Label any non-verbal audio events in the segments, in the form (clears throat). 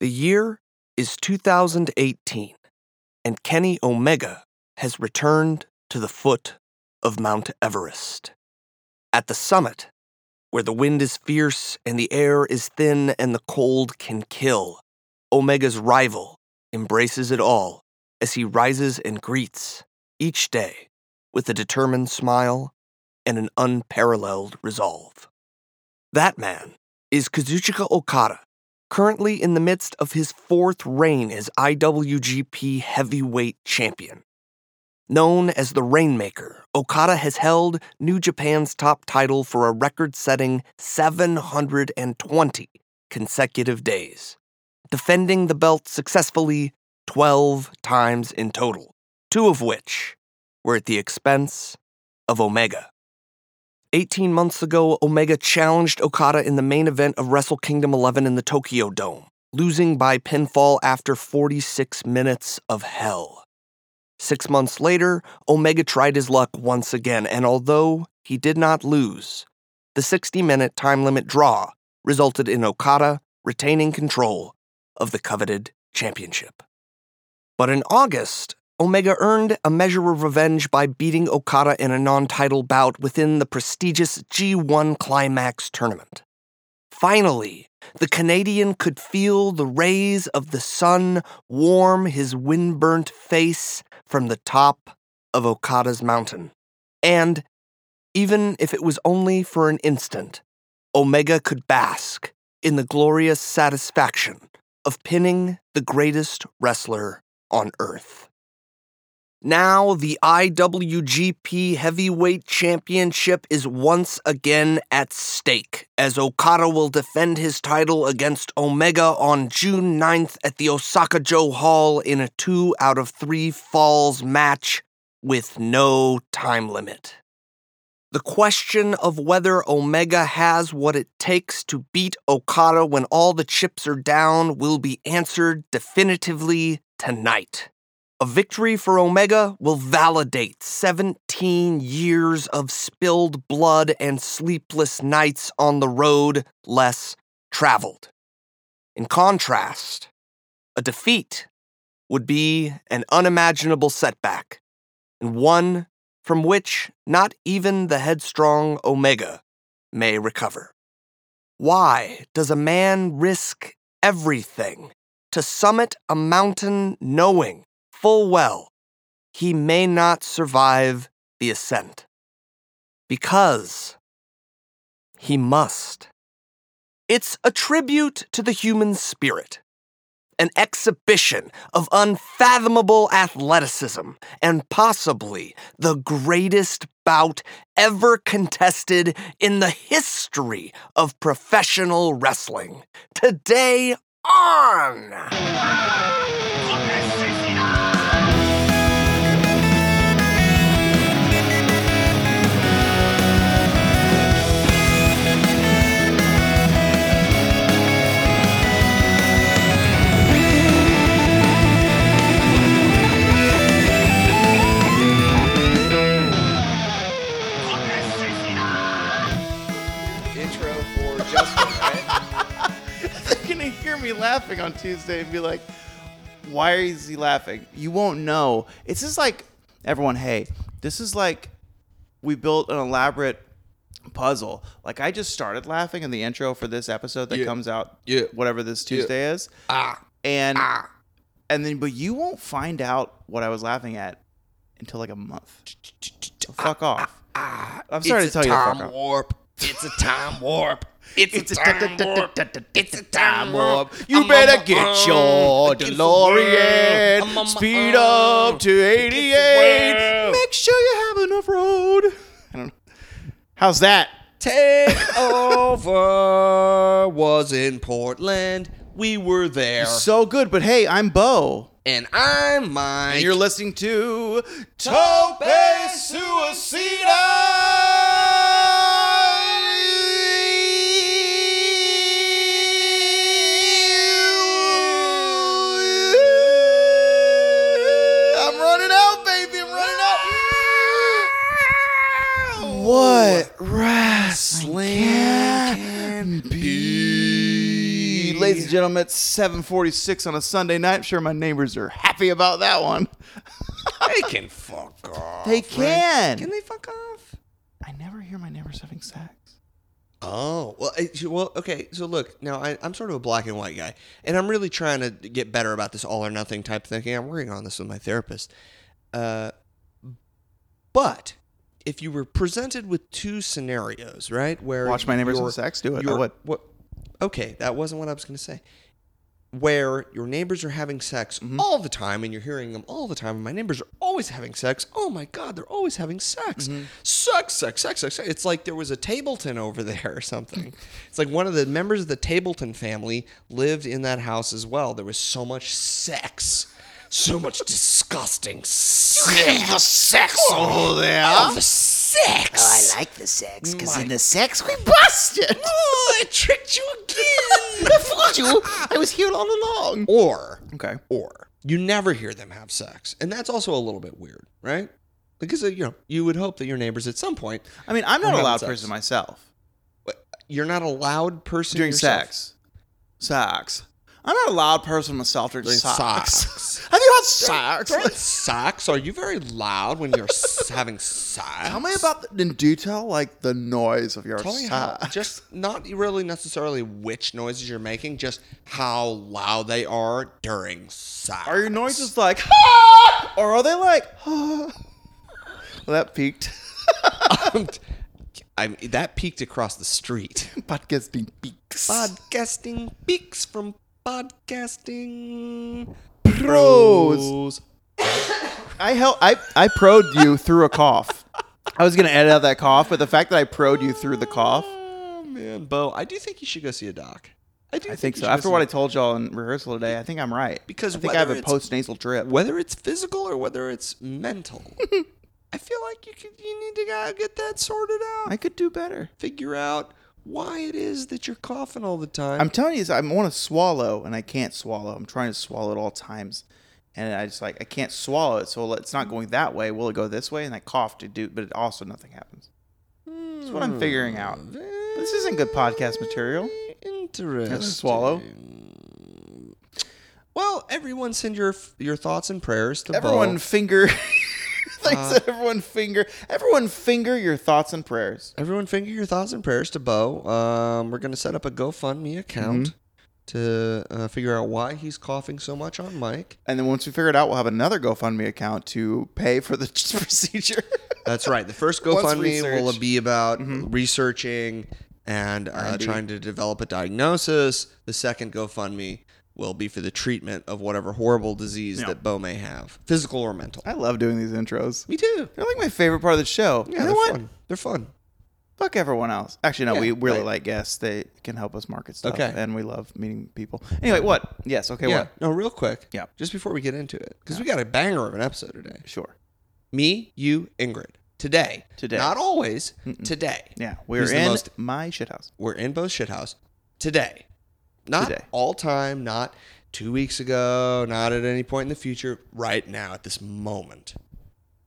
The year is 2018, and Kenny Omega has returned to the foot of Mount Everest. At the summit, where the wind is fierce and the air is thin and the cold can kill, Omega's rival embraces it all as he rises and greets each day with a determined smile and an unparalleled resolve. That man is Kazuchika Okada, currently in the midst of his fourth reign as IWGP Heavyweight Champion. Known as the Rainmaker, Okada has held New Japan's top title for a record setting 720 consecutive days, defending the belt successfully 12 times in total, two of which were at the expense of Omega. 18 months ago, Omega challenged Okada in the main event of Wrestle Kingdom 11 in the Tokyo Dome, losing by pinfall after 46 minutes of hell. Six months later, Omega tried his luck once again, and although he did not lose, the 60 minute time limit draw resulted in Okada retaining control of the coveted championship. But in August, Omega earned a measure of revenge by beating Okada in a non title bout within the prestigious G1 Climax tournament. Finally, the Canadian could feel the rays of the sun warm his windburnt face from the top of Okada's mountain. And, even if it was only for an instant, Omega could bask in the glorious satisfaction of pinning the greatest wrestler on earth. Now, the IWGP Heavyweight Championship is once again at stake as Okada will defend his title against Omega on June 9th at the Osaka Joe Hall in a two out of three falls match with no time limit. The question of whether Omega has what it takes to beat Okada when all the chips are down will be answered definitively tonight. A victory for Omega will validate 17 years of spilled blood and sleepless nights on the road less traveled. In contrast, a defeat would be an unimaginable setback, and one from which not even the headstrong Omega may recover. Why does a man risk everything to summit a mountain knowing? full well he may not survive the ascent. Because he must. It's a tribute to the human spirit, an exhibition of unfathomable athleticism, and possibly the greatest bout ever contested in the history of professional wrestling. Today on! me laughing on Tuesday and be like, why is he laughing? You won't know. It's just like, everyone, hey, this is like, we built an elaborate puzzle. Like, I just started laughing in the intro for this episode that Yeah. comes out, Yeah. whatever this Yeah. Tuesday is. Ah. And, and then, but you won't find out what I was laughing at until like a month. So fuck off. I'm sorry to it's tell a you to time fuck off. warp. It's a time warp. It's, It's a a time da- da- warp. da- da- da- It's a da- time time warp. warp. You I'm uh, better on my get own your against the world. DeLorean. I'm uh. on my Speed own up to against the 88. world. Make sure you have enough road. I don't know. How's that? Take over was in Portland. We were there. So good, but hey, I'm Bo. And I'm mine. And you're listening to Tope Suicida. I'm running out, baby. I'm running out. What wrestling can be. Ladies and and gentlemen, it's 746 on a Sunday night. I'm sure my neighbors are happy about that one. They can fuck off. They can. Can they fuck off? I never hear my neighbors having sex. Oh well, it, well, okay. So look, now I, I'm sort of a black and white guy, and I'm really trying to get better about this all or nothing type thinking. I'm working on this with my therapist. Uh, but if you were presented with two scenarios, right, where Watch my neighbors your- have sex? Do it. I your- would. What? Okay, that wasn't what I was going to say. Where your neighbors are having sex all the time, and you're hearing them all the time. And my neighbors are always having sex. Oh my god, they're always having sex. Sex, sex, sex, sex, sex. It's like there was a Tableton over (laughs) there or something. it's like one of the members of the Tableton family lived in that house as well. There was so much sex. So much disgusting sex. sex over there. All the sex. Oh, I like the sex because My- in the sex we busted. (laughs) Oh, I tricked you again. I fooled you. I was here all along. Or, Okay. or you never hear them have sex, and that's also a little bit weird, right? Because uh, you know you would hope that your neighbors at some point I mean, I'm We're not a having loud sex. person myself. you're not a loud person During yourself. sex. Sex. I'm not a loud person myself during During sex. sex. (laughs) Have you had sex? During sex, are you very loud when you're s- having sex? Tell me about the, in detail, like the noise of your Tell me how, sex. just not really necessarily which noises you're making, just how loud they are during sex. Are your noises like, (laughs) "Ah!" or are they like, (laughs) "Ah"? well, that peaked. (laughs) I mean, that peaked across the street. Podcasting peaks. Podcasting peaks from podcasting Pros. I help. I I proed you through a cough. I was gonna edit out that cough, but the fact that I proed you through the cough, Oh man, Bo, I do think you should go see a doc. I do. I think you so. should go After see what a- I told y'all in rehearsal today, I think I'm right. Because I think I have whether a it's- post nasal drip. whether it's physical or whether it's (laughs) mental, I feel like you could, you need to go get that sorted out. I could do better. Figure out why it is that you're coughing all the time. I'm telling you, I want to swallow and I can't swallow. I'm trying to swallow at all times, and I just like I can't swallow it. So it's not going that way. Will it go this way? And I cough to do, but it also nothing happens. That's what I'm figuring out. Hmm. This isn't good podcast material. Interesting. Let's swallow. Well, everyone send your your thoughts and prayers to Everyone Bo. finger. (laughs) Thanks, Uh. everyone finger. Everyone finger your thoughts and prayers. Everyone, finger your thoughts and prayers to Bo. Um, we're going to set up a GoFundMe account Mm-hmm. to uh, figure out why he's coughing so much on Mike. And then once we figure it out, we'll have another GoFundMe account to pay for the (laughs) procedure. That's right. The first What's GoFundMe will research? be about researching Mm-hmm. and uh, R&D. trying to develop a diagnosis. The second GoFundMe will be for the treatment of whatever horrible disease that Bo may have, physical or mental. I love doing these intros. Me too. They're like my favorite part of the show. Yeah, you know they're what? fun. They're fun. Fuck everyone else. Actually, no, Yeah, we really right. like guests. They can help us market stuff. Okay. And we love meeting people. Anyway, what? Yes. Okay. yeah. What? No, real quick. Yeah. Just before we get into it, because we got a banger of an episode today. Sure. Me, you, Ingrid. Today. Today. Not always. Today. Yeah. We're Who's the in most- my shithouse. We're in Bo's shithouse. Today. Not Today. all time, not two weeks ago, not at any point in the future. Right now, at this moment.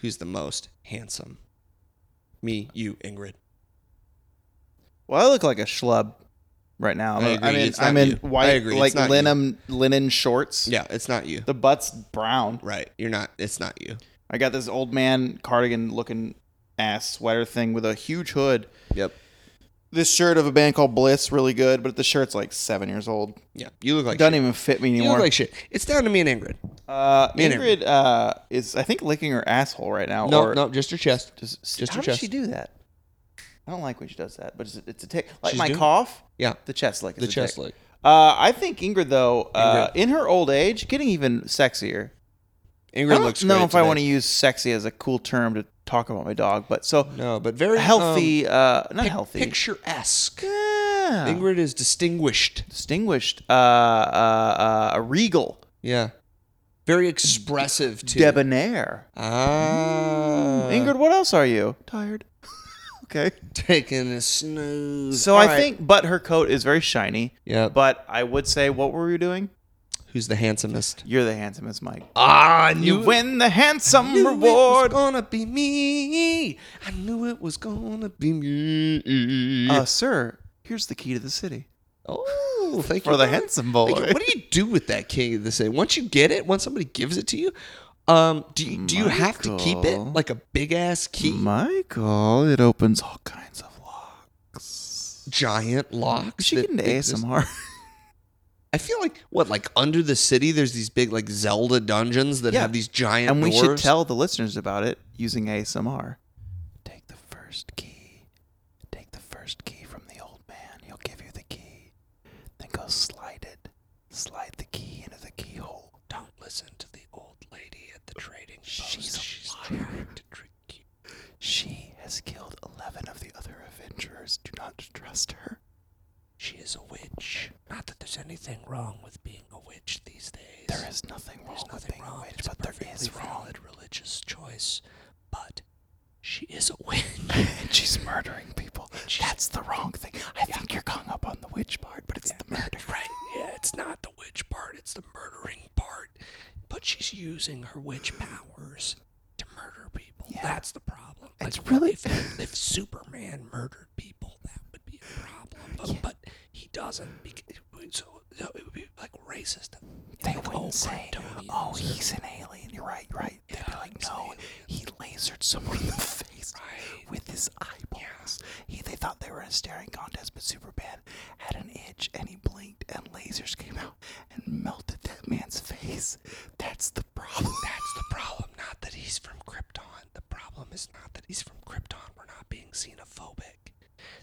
Who's the most handsome? Me, you, Ingrid. Well, I look like a schlub right now. I agree, am in, it's not I'm in you. I white, agree, like it's not you. linen, linen shorts. Yeah, it's not you. The butt's brown. Right. You're not it's not you. I got this old man cardigan looking ass sweater thing with a huge hood. Yep. This shirt of a band called Bliss, really good, but the shirt's like seven years old. Yeah. You look like Doesn't shit. even fit me You anymore. look like shit. It's down to me and Ingrid. uh, me and Ingrid uh, is, I think, licking her asshole right now. No, Oh, or no, just your chest. Just, just how her does chest. she do that? I don't like when she does that, but it's, it's a tick. Like She's my doing- cough, Yeah. the chest lick. Is The a chest tick. lick. Uh, I think Ingrid, though, Uh, in her old age, getting even sexier. I Ingrid don't looks know great if I today. want to use sexy as a cool term to talk about my dog, but so No, but very healthy, uh, not um, pic- healthy. picturesque. Yeah. Ingrid is distinguished. Distinguished, uh, uh, uh, regal, Yeah, very expressive too. debonair. Ah, Ingrid, what else are you? Tired. (laughs) okay. taking a snooze. So All I right. think, but her coat is very shiny. Yeah. But I would say, what were you doing? who's the handsomest? You're the handsomest, Mike. Ah, I You win the handsome knew reward. It was gonna be me. I knew it was gonna be me. Uh, sir, here's the key to the city. oh, Oh, thank For you the brother. handsome Thank you. boy. What do you do with that king of the city? Once you get it, once somebody gives it to you, um, do you do you have to keep it Michael. like a big ass key, Michael, it opens all kinds of locks. giant lock? She that can exist? ASMR. I feel like what like under the city, there's these big like Zelda dungeons that Yeah. have these giant and we should doors. tell the listeners about it using ASMR. Take the first key. Take the first key from the old man. He'll give you the key. Then go slide it. Slide the key into the keyhole. Don't listen to the old lady at the trading post. She's a liar. to trick you. She has killed eleven of the other Avengers. Do not trust her. She is a witch. Not that there's anything wrong with being a witch these days. There is nothing wrong There's with nothing being wrong. a witch, it's but there perfectly is wrong. valid religious choice, but she is a witch. (laughs) And she's murdering people. That's the wrong thing. I think you're hung up on the witch part, but it's the murder. right? Yeah, it's not the witch part. It's the murdering part. But she's using her witch powers to murder people. That's the problem. It's what really- if, if Superman murdered people, that would be a problem. But, but he doesn't. Because, so, so it would be like racist. They Like, wouldn't oh, say, Kryptonians "Oh, are- he's an alien." You're right. You're right. They'd be like, he's an "No, alien." he lasered someone (laughs) in the face Right. with his eyeballs." He, they thought they were in a staring contest, but Superman had an itch and he blinked, and lasers came out and melted that man's face. That's the problem. That's the problem. Not that he's from Krypton. The problem is not that he's from Krypton. We're not being xenophobic.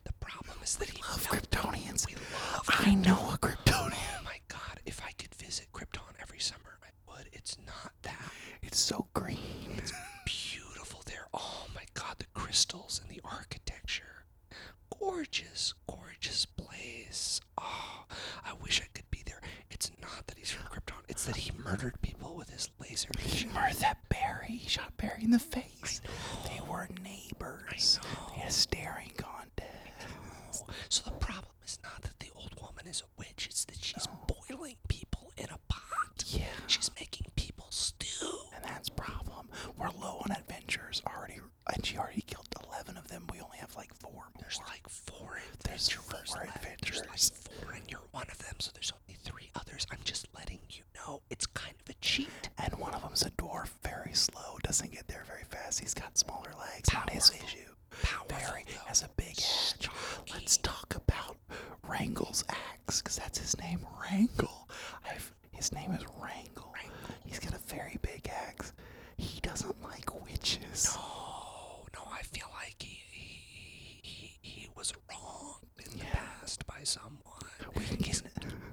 The problem is that he love felt- Kryptonians. We love. I know a Kryptonian. Oh my God! If I could visit Krypton every summer, I would. It's not that It's so green. beautiful there. Oh my God! The crystals and the architecture. Gorgeous, gorgeous place. Oh, I wish I could be there. It's not that he's from Krypton. It's that he murdered people with his laser vision. Murder that Barry. He shot Barry in the face. They were neighbors. They had a staring contest. So the problem is not that the old woman is a witch, it's that she's boiling people in a pot. Yeah. She's making people stew. And that's a problem. We're low on adventures already, and she already killed eleven of them. We only have like four more. There's like four There's adventurers four left. adventurers. There's like four, and you're one of them, so there's only three others. I'm just letting you know it's kind of a cheat. And one of them's a dwarf, very slow, doesn't get there very fast. He's got smaller legs. Not his Powerful. issue. Powerful, Barry though. has a big axe. Let's talk about Wrangle's axe, because that's his name, Wrangle. I've, his name is Wrangle. He's got a very big axe. He doesn't like witches. Oh, no, I feel like he, he, he, he was wronged in the past by someone. He's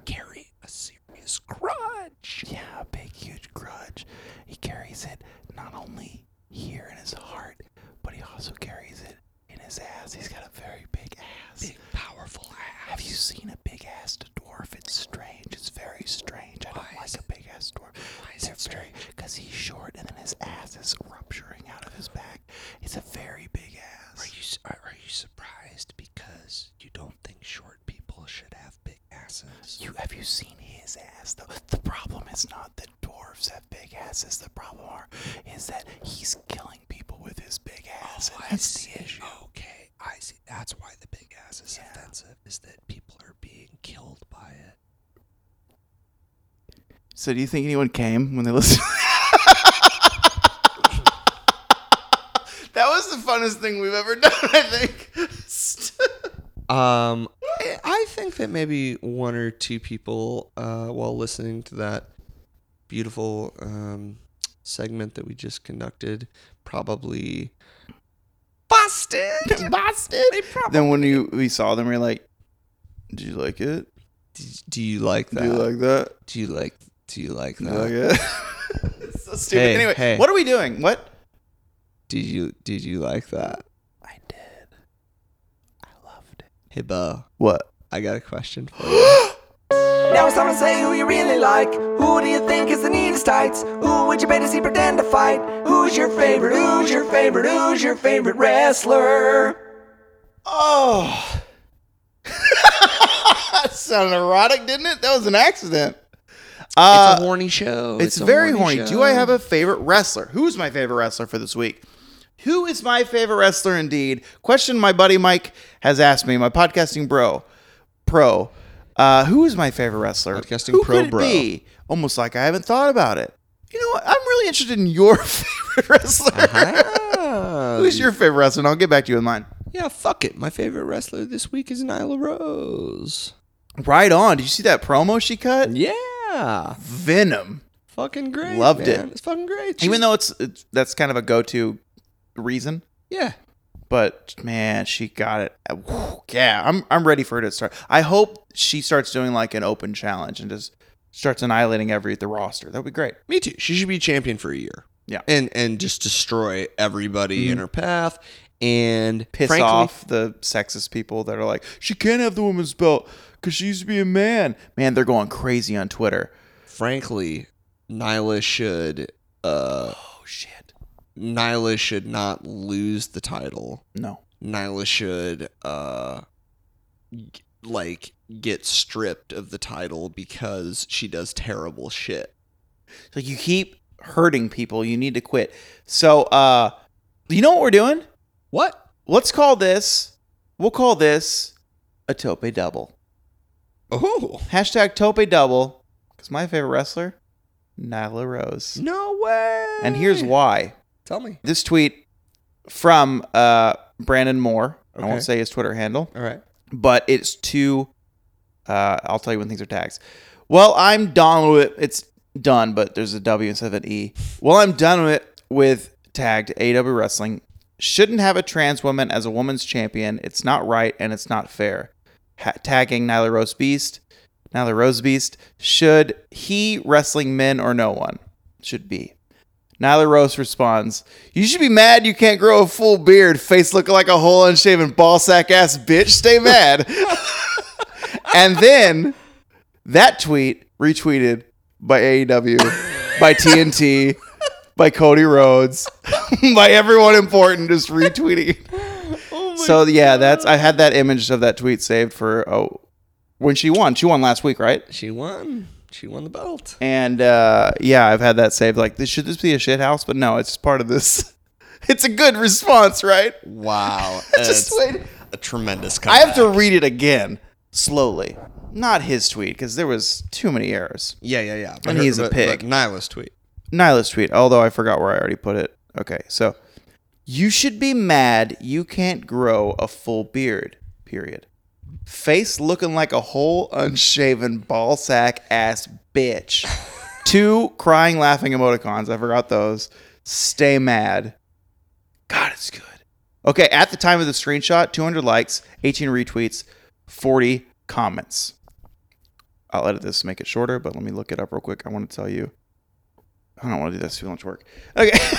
carrying a serious grudge. Yeah, a big, huge grudge. He carries it not only here in his heart, but he also carries it in his ass. He's got a very big ass. Big, powerful ass. Have you seen a big assed dwarf? It's strange. It's very strange. I don't like a big ass dwarf. Why is it very, Because he's short and then his ass is rupturing out of his back. It's a very big ass. Are you s- are, are you surprised because you don't think short people should have big asses? You have you seen his ass though? The problem is not that dwarves have big asses. The problem are is that he's killing people with his big ass. and Oh, I that's see. the issue. Okay, I see. That's why the big ass is offensive. Is that people are being killed by it? So do you think anyone came when they listened? (laughs) that was the funnest thing we've ever (laughs) done, I think. Um, I, I think that maybe one or two people, uh, while listening to that beautiful um, segment that we just conducted, probably Busted! Busted! then when you we saw them, we are like, "Did you like it? do, do you like that? Do you like that? do you like? Do you like Do that? you like it?" (laughs) It's so stupid. Hey, anyway, hey. what are we doing? What? Did you did you like that? I did. I loved it. Hey Bo, What? I got a question for you. Now it's time to say who you really like. Who do you think is the neatest tights? Who would you pay to see pretend to fight? Who's your favorite? Who's your favorite? Who's your favorite wrestler? Oh, (laughs) that sounded erotic, didn't it? That was an accident. Uh, Oh, it's a horny show. It's, a very horny. Do show. I have a favorite wrestler? Who's my favorite wrestler for this week? Who is my favorite wrestler indeed? Question my buddy Mike has asked me, my podcasting bro, pro. Uh, who is my favorite wrestler? Podcasting who pro could it bro. be? Almost like I haven't thought about it. You know what? I'm really interested in your (laughs) favorite wrestler. (laughs) Uh-huh. Ah. Who's your favorite wrestler? And I'll get back to you with mine. Yeah, fuck it. My favorite wrestler this week is Nyla Rose. Right on. Did you see that promo she cut? Yeah. Venom. Fucking great. Loved it. man. It's fucking great. Even She- though it's, it's that's kind of a go-to reason, Yeah. but man, she got it. Uh, whew, Yeah, I'm I'm ready for her to start. I hope she starts doing like an open challenge and just starts annihilating every the roster. That'd be great. Me too. She should be champion for a year. Yeah. And and just destroy everybody in her path and Piss frankly, off the sexist people that are like, she can't have the women's belt because she used to be a man. Man, they're going crazy on Twitter. Frankly, Nyla should uh oh shit. Nyla should not lose the title. No. Nyla should uh g- like get stripped of the title because she does terrible shit. It's like you keep hurting people. You need to quit. So, uh, you know what we're doing? What? Let's call this. We'll call this a tope double. Oh. Hashtag tope double. Because my favorite wrestler, Nyla Rose. No way. And here's why. Tell me. This tweet from uh, Brandon Moore. I Okay. won't say his Twitter handle, All right. but it's two. Uh, I'll tell you when things are tags. Well, I'm done with it's done, but there's a W instead of an E. Well, I'm done with with tagged AW Wrestling. Shouldn't have a trans woman as a woman's champion. It's not right and it's not fair. Ha- tagging Nyla Rose Beast. Nyla Rose Beast. Should he wrestling men or no one? Should be. Nyla Rose responds, You should be mad you can't grow a full beard, face looking like a whole unshaven ball sack ass bitch. Stay mad. (laughs) and then that tweet retweeted by AEW, by TNT, by Cody Rhodes, (laughs) by everyone important just retweeting. so yeah, that's I had that image of that tweet saved for oh when she won. She won last week, right? She won. She won the belt. And uh, yeah, I've had that saved. Like, this should this be a shit house? But no, it's part of this. (laughs) It's a good response, right? Wow. (laughs) Just That's wait. a tremendous I comeback. have to read it again slowly. Not his tweet because there was too many errors. Yeah, yeah, yeah. And he's a but- pig. But Nyla's tweet. Nyla's tweet, although I forgot where I already put it. Okay, so you should be mad you can't grow a full beard. Period. Face looking like a whole unshaven ball sack ass bitch. Two crying laughing emoticons. I forgot those. Stay mad. God, it's good. Okay, at the time of the screenshot, 200 likes, 18 retweets, 40 comments. I'll edit this to make it shorter, but let me look it up real quick. I want to tell you. I don't want to do this too much work. Okay. (laughs)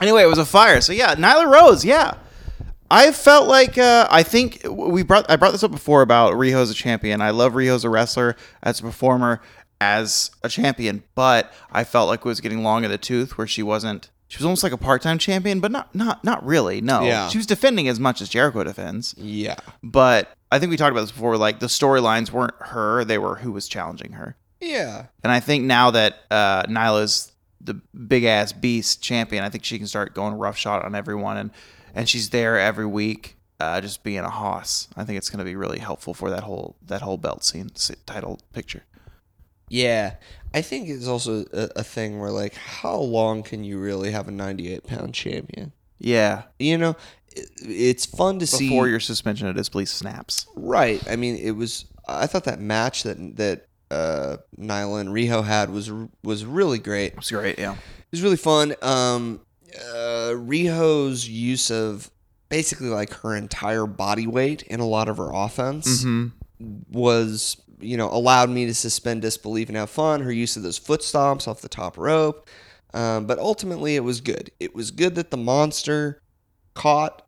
anyway, it was a fire. So yeah, Nyla Rose. Yeah, I felt like uh, I think we brought I brought this up before about Riho as a champion. I love Riho as a wrestler, as a performer, as a champion. But I felt like it was getting long in the tooth where she wasn't. She was almost like a part time champion, but not not not really. No, Yeah. she was defending as much as Jericho defends. Yeah. But I think we talked about this before. Like the storylines weren't her; they were who was challenging her. Yeah. And I think now that uh, Nyla's the big ass beast champion, I think she can start going roughshod on everyone, and and she's there every week, uh, just being a hoss. I think it's going to be really helpful for that whole that whole belt scene s- title picture. Yeah. I think it's also a, a thing where, like, how long can you really have a 98 pound champion? Yeah, You know, i it's fun to see. before your suspension of disbelief snaps. Right. I mean, it was. I thought that match that that uh, Nyla and Riho had was was really great. It's great. Yeah, It was really fun. Um, uh, Riho's use of basically like her entire body weight in a lot of her Mm-hmm. offense was, you know, allowed me to suspend disbelief and have fun. Her use of those foot stomps off the top rope. Um, but ultimately, it was good. It was good that the monster caught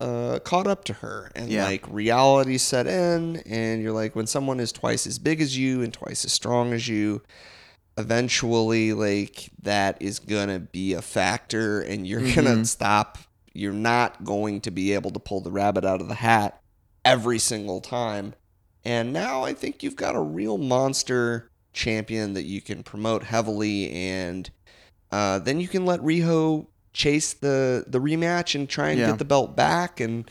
uh, caught up to her and Yeah. like reality set in. And you're like, when someone is twice as big as you and twice as strong as you, eventually like that is gonna be a factor and you're gonna Mhm. stop you're not going to be able to pull the rabbit out of the hat every single time and now i think you've got a real monster champion that you can promote heavily and uh, then you can let riho chase the the rematch and try and Yeah. get the belt back and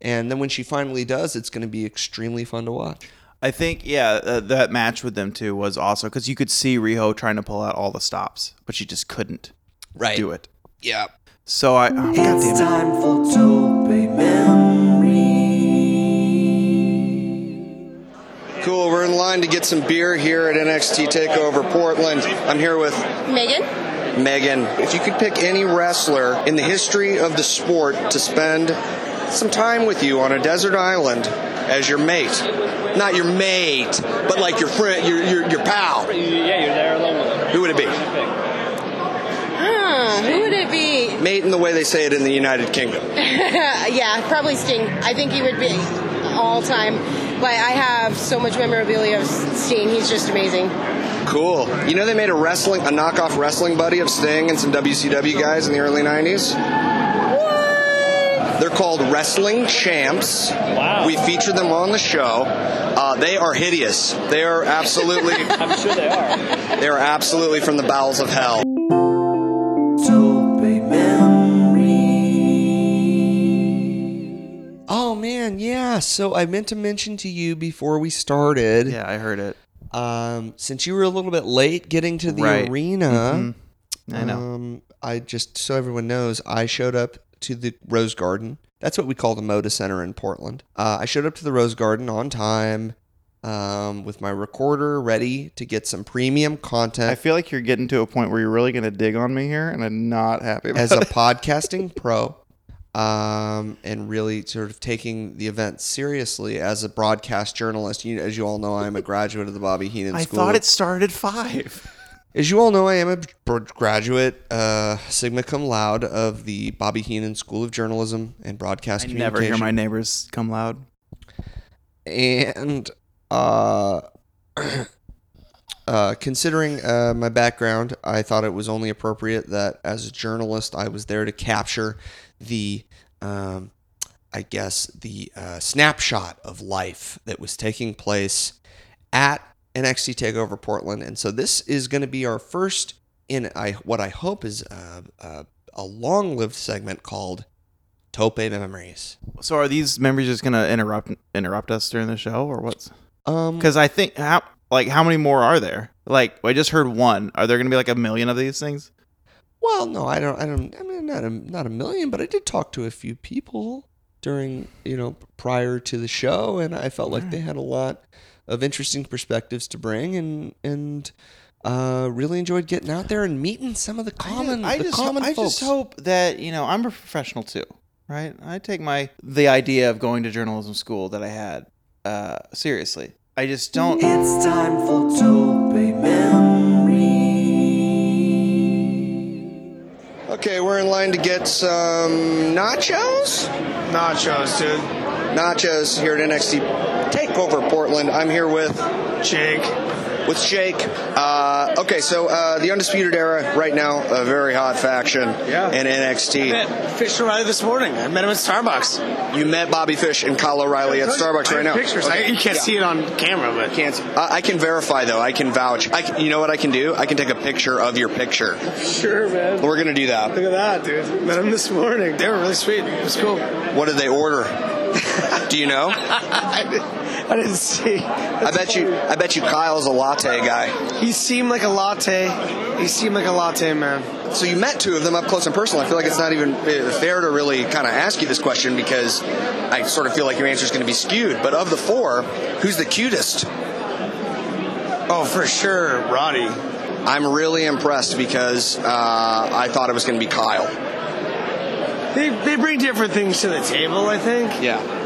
And then when she finally does, it's going to be extremely fun to watch. I think yeah, uh, that match with them too was also because you could see Riho trying to pull out all the stops, but she just couldn't Right. do it. Yeah. So I oh, It's time for Tope Memory. Cool. We're in line to get some beer here at NXT Takeover Portland. I'm here with Megan? Megan. If you could pick any wrestler in the history of the sport to spend some time with you on a desert island as your mate, not your mate, but like your friend, your your, your pal. Yeah, you're there alone with Who would it be? Huh, who would it be? Uh, Mate in the way they say it in the United Kingdom. yeah, probably Sting. I think he would be all time. But I have so much memorabilia of Sting. He's just amazing. Cool. You know they made a wrestling, a knockoff wrestling buddy of Sting and some WCW guys in the early '90s. They're called Wrestling Champs. Wow. We feature them on the show. Uh, they are hideous. They are absolutely. (laughs) I'm sure they are. They are absolutely from the bowels of hell. Tope Memory. Oh man, yeah. So I meant to mention to you before we started. yeah, I heard it. Um, since you were a little bit late getting to the Right. Mm-hmm. arena, Mm, I know. Um, I just so everyone knows, I showed up to the Rose Garden. That's what we call the Moda Center in Portland. Uh, I showed up to the Rose Garden on time um, with my recorder ready to get some premium I content feel like you're getting to a point where you're really gonna dig on me here, and I'm not happy. About as a (laughs) it. podcasting pro um, and really sort of taking the event seriously as a broadcast journalist. You, as you all know, I'm a graduate of the Bobby (laughs) Heenan I School. thought it started five. As you all know, I am a br- graduate, uh, sigma cum laude, of the Bobby Heenan School of Journalism and Broadcast I never Communication. hear my neighbors come loud. and uh, (clears throat) uh, considering uh, my background, I thought it was only appropriate that as a journalist, I was there to capture the, um, I guess, the uh, snapshot of life that was taking place at NXT Takeover Portland, and so this is going to be our first in I what I hope is uh, uh, a long-lived segment called Tope Memories. So are these members just gonna interrupt interrupt us during the show, or what's? Um, Because I think how like how many more are there? Like I just heard one. Are there gonna be like a million of these things? Well, no, I don't. I don't. I mean, not a not a million, but I did talk to a few people during you know prior to the show, and I felt like they had a lot of interesting perspectives to bring, and and uh, really enjoyed getting out there and meeting some of the common I the just, common I folks. just hope that you know I'm a professional too, right? I take my the idea of going to journalism school that I had uh, seriously. I just don't. It's time for Tope Memory. Okay, we're in line to get some nachos. Nachos, dude. Nachos here at NXT Takeover Portland. I'm here with Jake. with Jake. Uh, okay, so uh, the Undisputed Era right now a very hot faction Yeah. in NXT. Met Fish arrived this morning. I met him at Starbucks. You met Bobby Fish and Kyle O'Reilly at Starbucks I right have now. Pictures. I, you can't see it on camera, but can't. I, I can verify though. I can vouch. I can- you know what I can do? I can take a picture of your picture. Sure, man. We're gonna do that. Look at that, dude. Met him this morning. They were really sweet. It was cool. What did they order? (laughs) Do you know? I, didn't- I didn't see. I bet you. I bet you Kyle's a latte guy. He seemed like a latte. He seemed like a latte, man. So you met two of them up close and personal. I feel like it's not even uh, fair to really kind of ask you this question because I sort of feel like your answer is going to be skewed. But of the four, who's the cutest? Oh, for sure, Roddy. I'm really impressed because uh, I thought it was going to be Kyle. They, they bring different things to the table, I think. Yeah.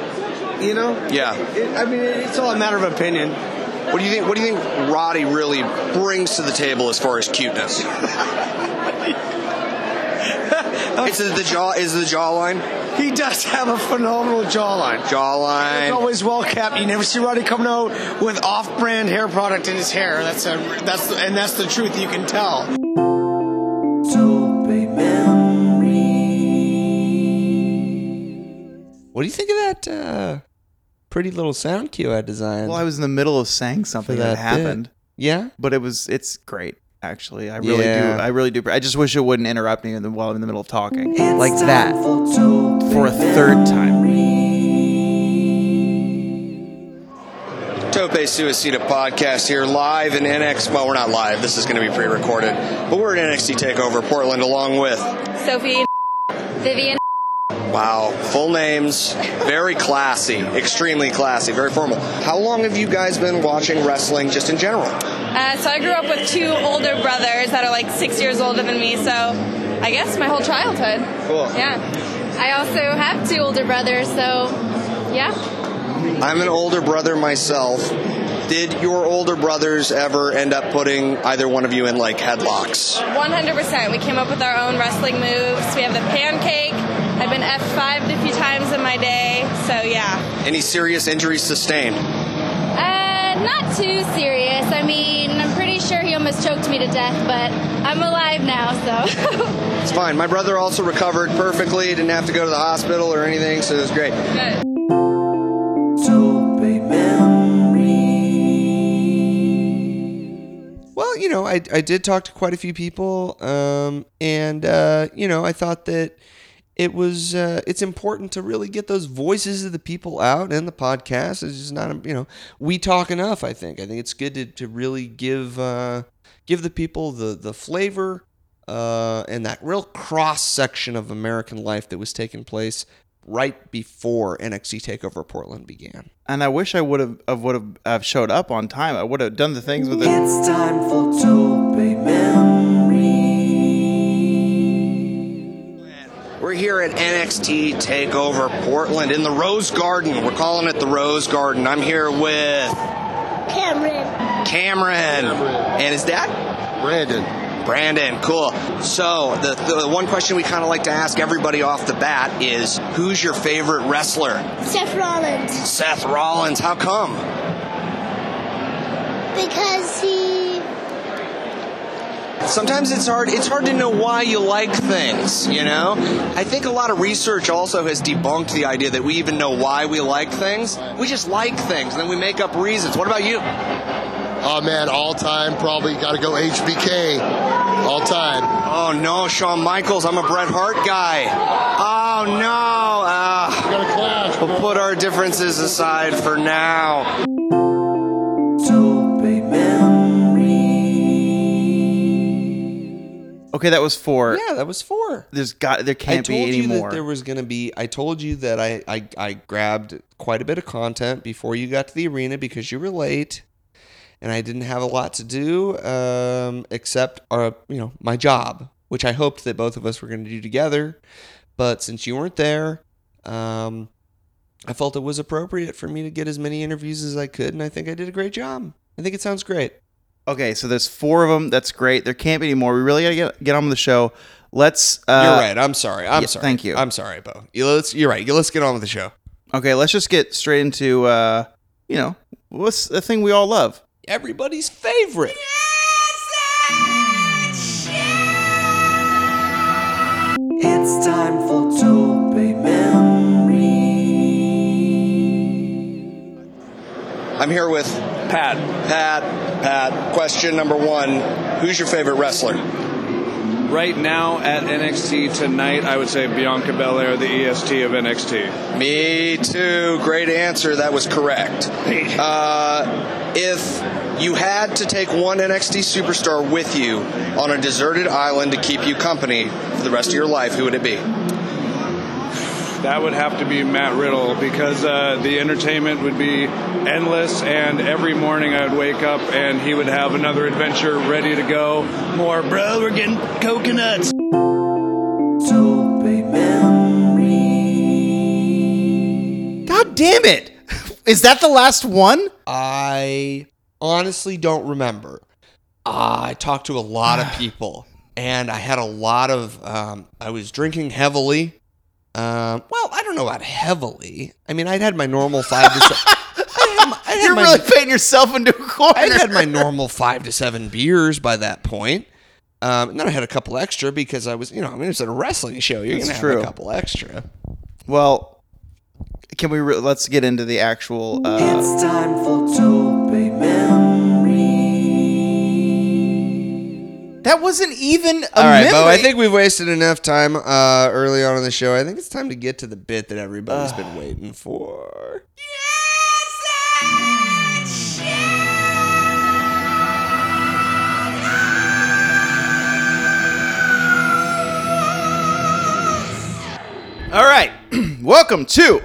You know? Yeah. It, I mean, it, it's all a matter of opinion. What do you think? What do you think Roddy really brings to the table as far as (laughs) cuteness? Is it the jaw? Is it the jawline? He does have a phenomenal jawline. He's Jawline. always well kept. You never see Roddy coming out with off-brand hair product in his hair. That's a that's and that's the truth. You can tell. Tope Memory. What do you think of that uh, pretty little sound cue I designed? Well, I was in the middle of saying something that that, happened, bit. yeah. but it was it's great actually. I really Yeah. do. I really do. I just wish it wouldn't interrupt me in the- while I'm in the middle of talking It's like that time for Tope for a third time. Memory. Tope Suicida podcast here live in NX. Well, we're not live. This is going to be pre-recorded, but we're at NXT Takeover Portland along with Sophie, Vivian. wow, full names, very classy, extremely classy, very formal. How long have you guys been watching wrestling just in general? Uh, so I grew up with two older brothers that are like six years older than me. So I guess my whole childhood. Cool. Yeah. I also have two older brothers. So yeah. I'm an older brother myself. Did your older brothers ever end up putting either one of you in like headlocks? 100%. We came up with our own wrestling moves. We have the pancake. I've been F5'd a few times in my day. So, yeah. Any serious injuries sustained? Uh, not too serious. I mean, I'm pretty sure he almost choked me to death, but I'm alive now, so. (laughs) It's fine. My brother also recovered perfectly. Didn't have to go to the hospital or anything, so it was great. Well, you know, I, I did talk to quite a few people, um, and uh, you know, I thought that it was uh, it's important to really get those voices of the people out in the podcast. It's just not you know we talk enough. I think I think it's good to, to really give uh, give the people the the flavor uh, and that real cross section of American life that was taking place right before NXT Takeover Portland began. And I wish I would have I would have uh, showed up on time. I would have done the things with it. It's time for Tope We're here at NXT Takeover Portland in the Rose Garden. We're calling it the Rose Garden. I'm here with Cameron. Cameron. And his dad? Brandon. Brandon, cool. So, the, the one question we kind of like to ask everybody off the bat is who's your favorite wrestler? Seth Rollins. Seth Rollins. How come? Because he. Sometimes it's hard. It's hard to know why you like things. You know, I think a lot of research also has debunked the idea that we even know why we like things. We just like things, and then we make up reasons. What about you? Oh man, all time probably got to go HBK. All time. Oh no, Shawn Michaels. I'm a Bret Hart guy. Oh no. Uh, We'll put our differences aside for now. Okay, that was four. Yeah, that was four. There's got there can't be any you more. that there was going to be. I told you that I, I I grabbed quite a bit of content before you got to the arena because you were late, and I didn't have a lot to do um, except our you know my job, which I hoped that both of us were going to do together, but since you weren't there, um, I felt it was appropriate for me to get as many interviews as I could, and I think I did a great job. I think it sounds great. Okay, so there's four of them. That's great. There can't be any more. We really gotta get get on with the show. Let's. Uh, You're right. I'm sorry. I'm yeah, sorry. Thank you. I'm sorry, Bo. You- let's- You're right. You- Let's get on with the show. Okay, let's just get straight into uh, you know what's the thing we all (laughs) love. Everybody's favorite. It's time for Tope I'm here with Pat. Pat. Pat. Question number one: Who's your favorite wrestler? Right now at NXT tonight, I would say Bianca Belair, the EST of NXT. Me too. Great answer. That was correct. Uh, if you had to take one NXT superstar with you on a deserted island to keep you company for the rest of your life, who would it be? That would have to be Matt Riddle because uh, the entertainment would be endless, and every morning I would wake up and he would have another adventure ready to go. More, bro, we're getting coconuts. God damn it! (laughs) Is that the last one? I honestly don't remember. Uh, I talked to a lot (sighs) of people, and I had a lot of. Um, I was drinking heavily. Um, well, I don't know about heavily. I mean, I'd had my normal five (laughs) to. Se- You're really (laughs) painting yourself into a corner. I had (laughs) my normal five to seven beers by that point. Um, and then I had a couple extra because I was, you know, I mean, it's a wrestling show. You're That's gonna have true. a couple extra. Well, can we? Re- let's get into the actual. Uh, It's time for Tope that wasn't even a All right, memory. Bo. I think we've wasted enough time uh, early on in the show. I think it's time to get to the bit that everybody's been waiting for. (laughs) (clears throat) Welcome to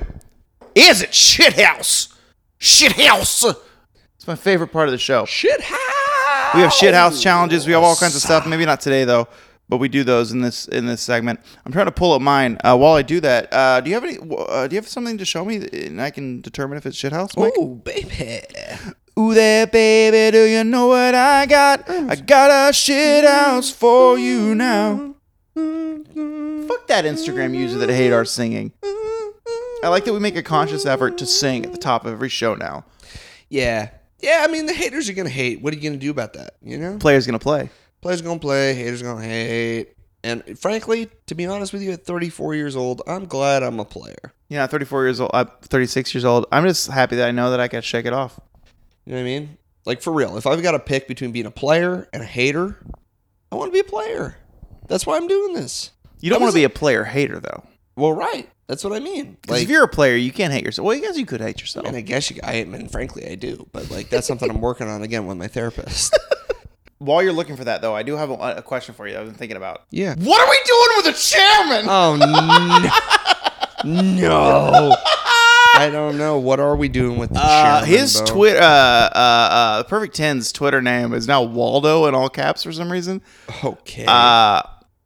Is It Shit House? Shit House. It's my favorite part of the show. Shit House. We have shit house challenges. We have all kinds of stuff. Maybe not today though, but we do those in this in this segment. I'm trying to pull up mine. Uh, while I do that, uh, do you have any? Uh, do you have something to show me, that- and I can determine if it's shit house? Mike? Ooh, baby. Ooh there, baby, do you know what I got? I got a shit house for you now. Fuck that Instagram user that hate our singing. I like that we make a conscious effort to sing at the top of every show now. Yeah. Yeah, I mean the haters are gonna hate. What are you gonna do about that? You know? Player's gonna play. Players gonna play, haters gonna hate. And frankly, to be honest with you, at 34 years old, I'm glad I'm a player. Yeah, 34 years old. I'm 36 years old. I'm just happy that I know that I can shake it off. You know what I mean? Like for real, if I've got to pick between being a player and a hater, I want to be a player. That's why I'm doing this. You don't That want was to be a player hater though. Well, right. That's what I mean. 'Cause if you're a player, you can't hate yourself. Well, I guess you could hate yourself. I mean, I guess you, I mean, frankly, I do. But like, that's something I'm working on again with my (laughs) therapist. While you're looking for that though, I do have a, a question for you. that I've been thinking about. Yeah. What are we doing with the chairman? Oh no. (laughs) no. I don't know. What are we doing with the Uh, chairman, his Bo? Twitter, uh, uh, uh, the Perfect 10's Twitter name is now Waldo in all caps for some reason. Okay. Uh,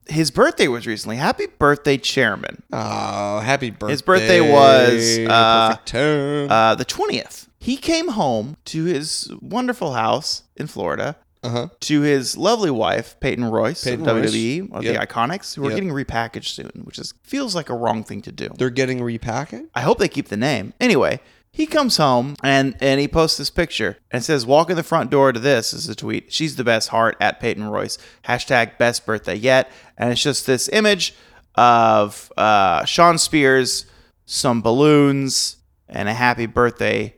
his birthday was recently. Happy birthday, Chairman. Oh, happy birthday. His birthday was uh, Perfect tone. uh, the 20th. He came home to his wonderful house in Florida. Uh-huh. To his lovely wife, Peyton Royce Peyton of Royce. WWE, one of Yep. the Iconics, who are Yep. getting repackaged soon, which is feels like a wrong thing to do. They're getting repackaged? I hope they keep the name. Anyway, he comes home and and he posts this picture and says, "Walk in the front door to this." Is a tweet. She's the best heart at Peyton Royce. Hashtag best birthday yet. And it's just this image of uh, Sean Spears, some balloons, and a happy birthday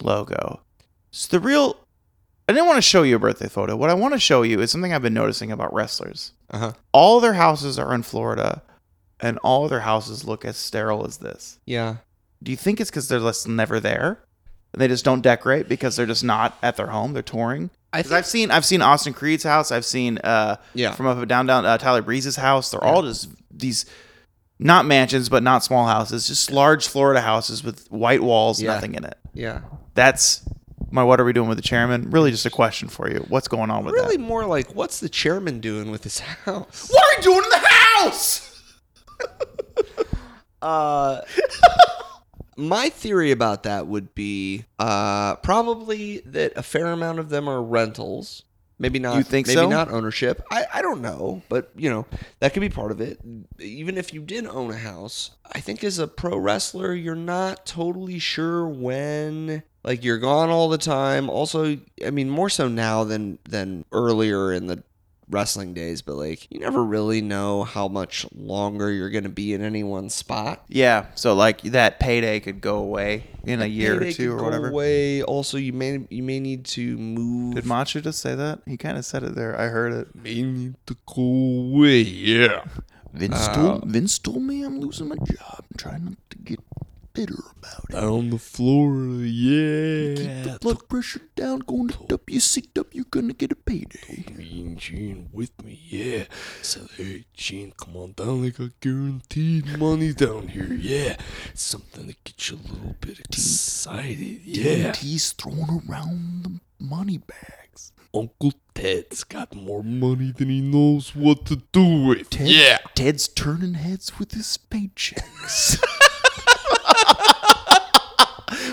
logo. So the real. I didn't want to show you a birthday photo. What I want to show you is something I've been noticing about wrestlers. Uh-huh. All their houses are in Florida, and all their houses look as sterile as this. Yeah. Do you think it's because they're just never there, and they just don't decorate because they're just not at their home? They're touring. I 'Cause I've seen I've seen Austin Creed's house. I've seen uh Yeah. from up and down down uh, Tyler Breeze's house. They're all just these not mansions but not small houses, just large Florida houses with white walls, Yeah. nothing in it. Yeah. That's my what are we doing with the chairman? Really, just a question for you. What's going on with Really that? more like, what's the chairman doing with his house? What are you doing in the house? (laughs) Uh, my theory about that would be uh, probably that a fair amount of them are rentals. Maybe not. You think maybe so? not ownership. I, I don't know, but you know that could be part of it. Even if you did own a house, I think as a pro wrestler, you're not totally sure when. Like you're gone all the time. Also, I mean, more so now than than earlier in the wrestling days. But like, you never really know how much longer you're going to be in any one spot. Yeah, so like that payday could go away in a year or Payday two could or go whatever. Away. Also, you may you may need to move. Did Machu just say that? He kind of said it there. I heard it. may need to go away. Yeah. Vince, told, Vince told me I'm losing my job. I'm trying not to get bitter about it. Down the floor. Yeah. Keep the blood pressure down, going to WCW, gonna get a payday. Me and Gene with me, yeah. So hey, Gene, come on down. I got guaranteed money down here, yeah. Something to get you a little bit excited, yeah. He's throwing around the money bags. Uncle Ted's got more money than he knows what to do with. Ted, yeah. Ted's turning heads with his paychecks.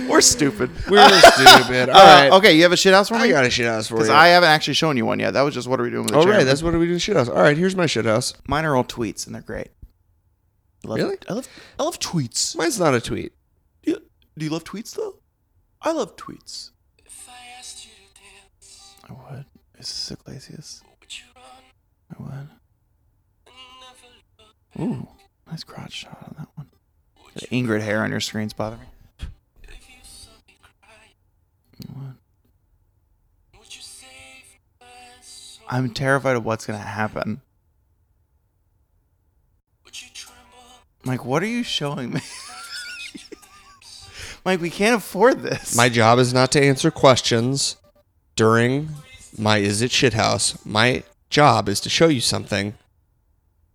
We're stupid. (laughs) (laughs) We're stupid. All Uh, right. Okay, you have a shit house for me? I got a shit house for Because you. I haven't actually shown you one yet. That was just what are we doing with the All chairman? right, Oh, that's what we do in shit house. All right, here's my shit house. Mine are all tweets, and they're great. I love, Really? I love, I love tweets. Mine's not a tweet. Do you, do you love tweets, though? I love tweets. I would. Is this Iglesias? I would. Ooh, nice crotch shot on that one. The Ingrid hair on your screen's bothering me. You would. I'm terrified of what's gonna happen. Mike, what are you showing me? (laughs) Mike, we can't afford this. My job is not to answer questions during my is it shit house. My job is to show you something,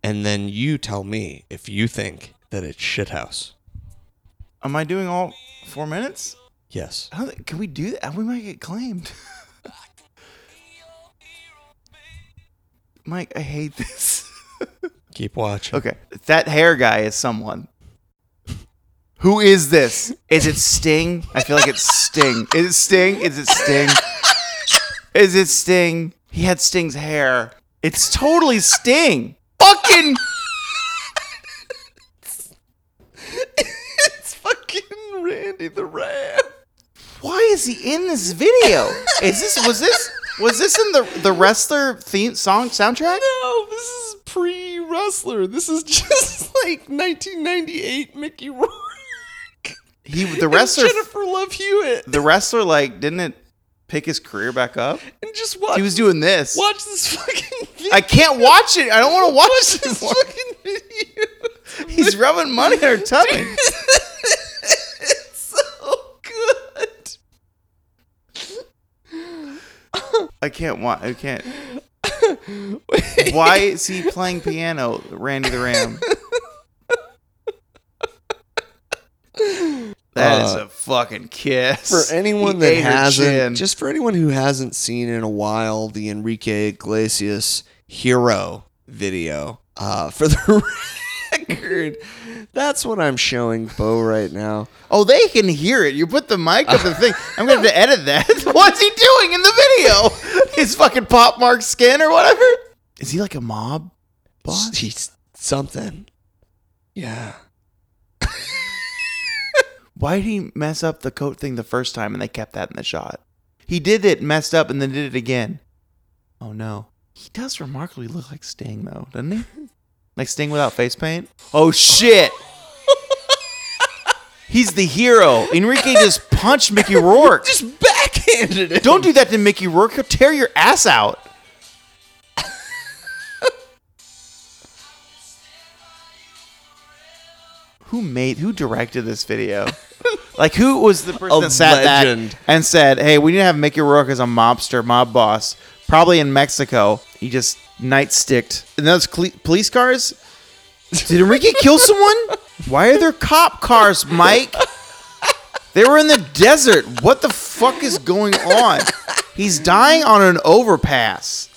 and then you tell me if you think that it's shithouse. Am I doing all four minutes? Yes. How, the- can we do that? We might get claimed. (laughs) Mike, I hate this. Keep watching. Okay. That hair guy is someone. Who is this? Is it Sting? I feel like it's Sting. Is it Sting? Is it Sting? Is it Sting? He had Sting's hair. It's totally Sting. Fucking it's fucking Randy the Ram. why is he in this video? Is this was this was this in the the wrestler theme song soundtrack? No, this is pre wrestler. This is (laughs) just like 1998 Mickey Rourke. He the wrestler and Jennifer Love Hewitt. the wrestler like didn't it pick his career back up? And just watch. He was doing this. Watch this fucking. Video. I can't watch it. I don't want to watch this. one. fucking video. (laughs) He's rubbing money in her tummy. it's so good. I can't watch. I can't. Why is he playing piano, Randy the Ram? That is Uh, a fucking kiss. For anyone He that ate her chin. hasn't, just for anyone who hasn't seen in a while the Enrique Iglesias hero video, uh, for the (laughs) record, that's what I'm showing Bo right now. Oh, they can hear it. You put the mic up the thing. I'm going to have to edit that. (laughs) What's he doing in the video? His fucking pop mark skin or whatever? Is he like a mob boss? He's something. Yeah. Why did he mess up the coat thing the first time and they kept that in the shot? He did it, messed up, and then did it again. Oh no. He does remarkably look like Sting though, doesn't he? like Sting without face paint? Oh shit. He's the hero. Enrique just punched Mickey Rourke. Just backhanded it. Don't do that to Mickey Rourke. He'll tear your ass out. (laughs) who made who directed this video? (laughs) like who was the person A that sat legend. back and said, "Hey, we need to have Mickey Rourke as a mobster, mob boss, probably in Mexico." He just nightsticked. And those cle- police cars? Did Enrique kill someone? Why are there cop cars, Mike? They were in the desert. What the fuck is going on? He's dying on an overpass.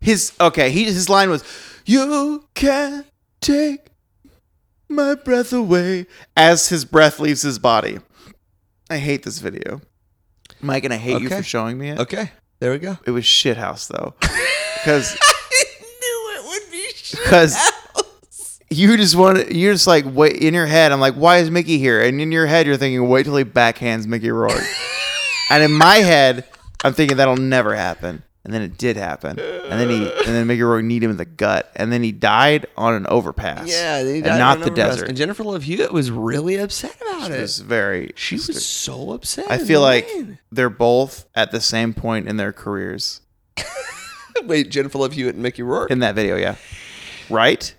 His okay, he his line was, "You can take my breath away," as his breath leaves his body. I hate this video, Mike, and I hate you Okay. for showing me it. Okay, there we go. It was shithouse though, because knew it would be shit. (laughs) because you just want you're just like wait in your head i'm like why is mickey here and in your head you're thinking wait till he backhands (laughs) mickey rourke and in my head i'm thinking that'll never happen and then it did happen and then he and then mickey rourke kneed him in the gut and then he died on an overpass Yeah, they and died not on the overpass. desert And Jennifer Love Hewitt was really upset about it it. was very she was so upset. i feel like man. (laughs) they're both at the same point in their careers wait, Jennifer Love Hewitt and Mickey Rourke. (laughs) in that video yeah right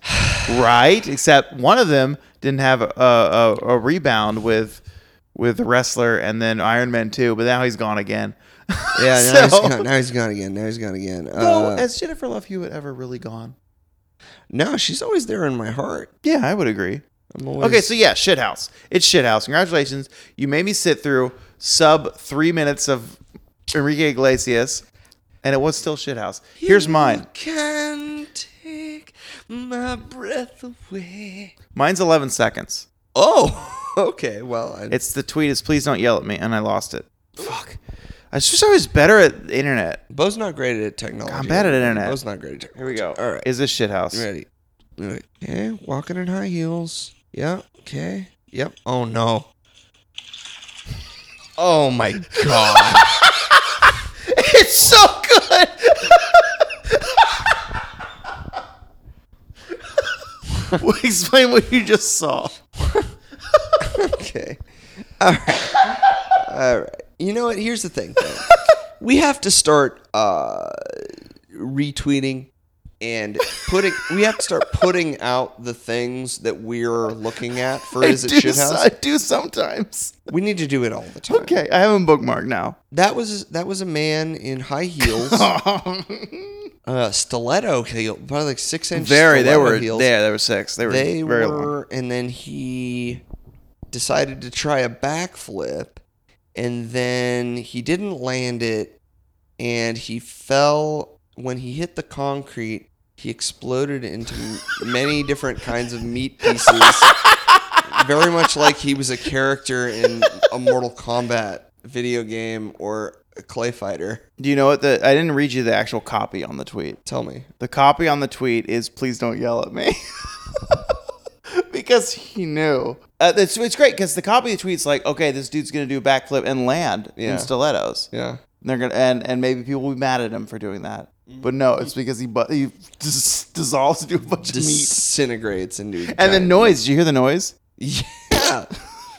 right except one of them didn't have a, a, a rebound with with the wrestler and then iron man 2 but now he's gone again yeah, now, So- he's gone, now he's gone again. Now he's gone again. Though, Uh, has jennifer love hewitt ever really gone no, she's always there in my heart. yeah i would agree I'm always, okay so yeah shithouse it's shithouse congratulations you made me sit through sub three minutes of enrique iglesias and it was still shithouse here's mine Can take my breath away. mine's 11 seconds Oh, (laughs) okay. Well, I, It's the tweet is please don't yell at me, and I lost it. Fuck. I was just always better at the internet. Bo's not great at technology. I'm bad at internet. Bo's not great at technology. Here we go. All right. Is this shithouse? You ready? All right. Okay. Walking in high heels. Yeah. Okay. Yep. Oh no. Oh my god. (laughs) It's so good. Well, (laughs) Explain what you just saw. okay. All right. All right. You know what? Here's the thing. though. we have to start uh, retweeting and putting. we have to start putting out the things that we're looking at for. Is it do, so- (laughs) I shithouse? do sometimes. We need to do it all the time. Okay, (laughs) I have a bookmark now. (laughs) That was that was a man in high heels uh, stiletto heel, probably like six inch. Very, they stiletto were- heels. yeah, they were six. They were very long. were- and then he decided to try a backflip, and then he didn't land it, and he fell when he hit the concrete. He exploded into many different kinds of meat pieces, very much like he was a character in a Mortal Kombat video game or a clay fighter. Do you know what the? I didn't read you the actual copy on the tweet. Tell me. The copy on the tweet is "Please don't yell at me," (laughs) because he knew. Uh, it's, it's great because the copy of the tweet's like, okay, this dude's gonna do a backflip and land Yeah. in stilettos. Yeah. And they're gonna and, and maybe people will be mad at him for doing that. But no, it's because he bu- he dis- dissolves into a bunch of meat. Disintegrates into And the noise. Did you hear the noise? Yeah. (laughs)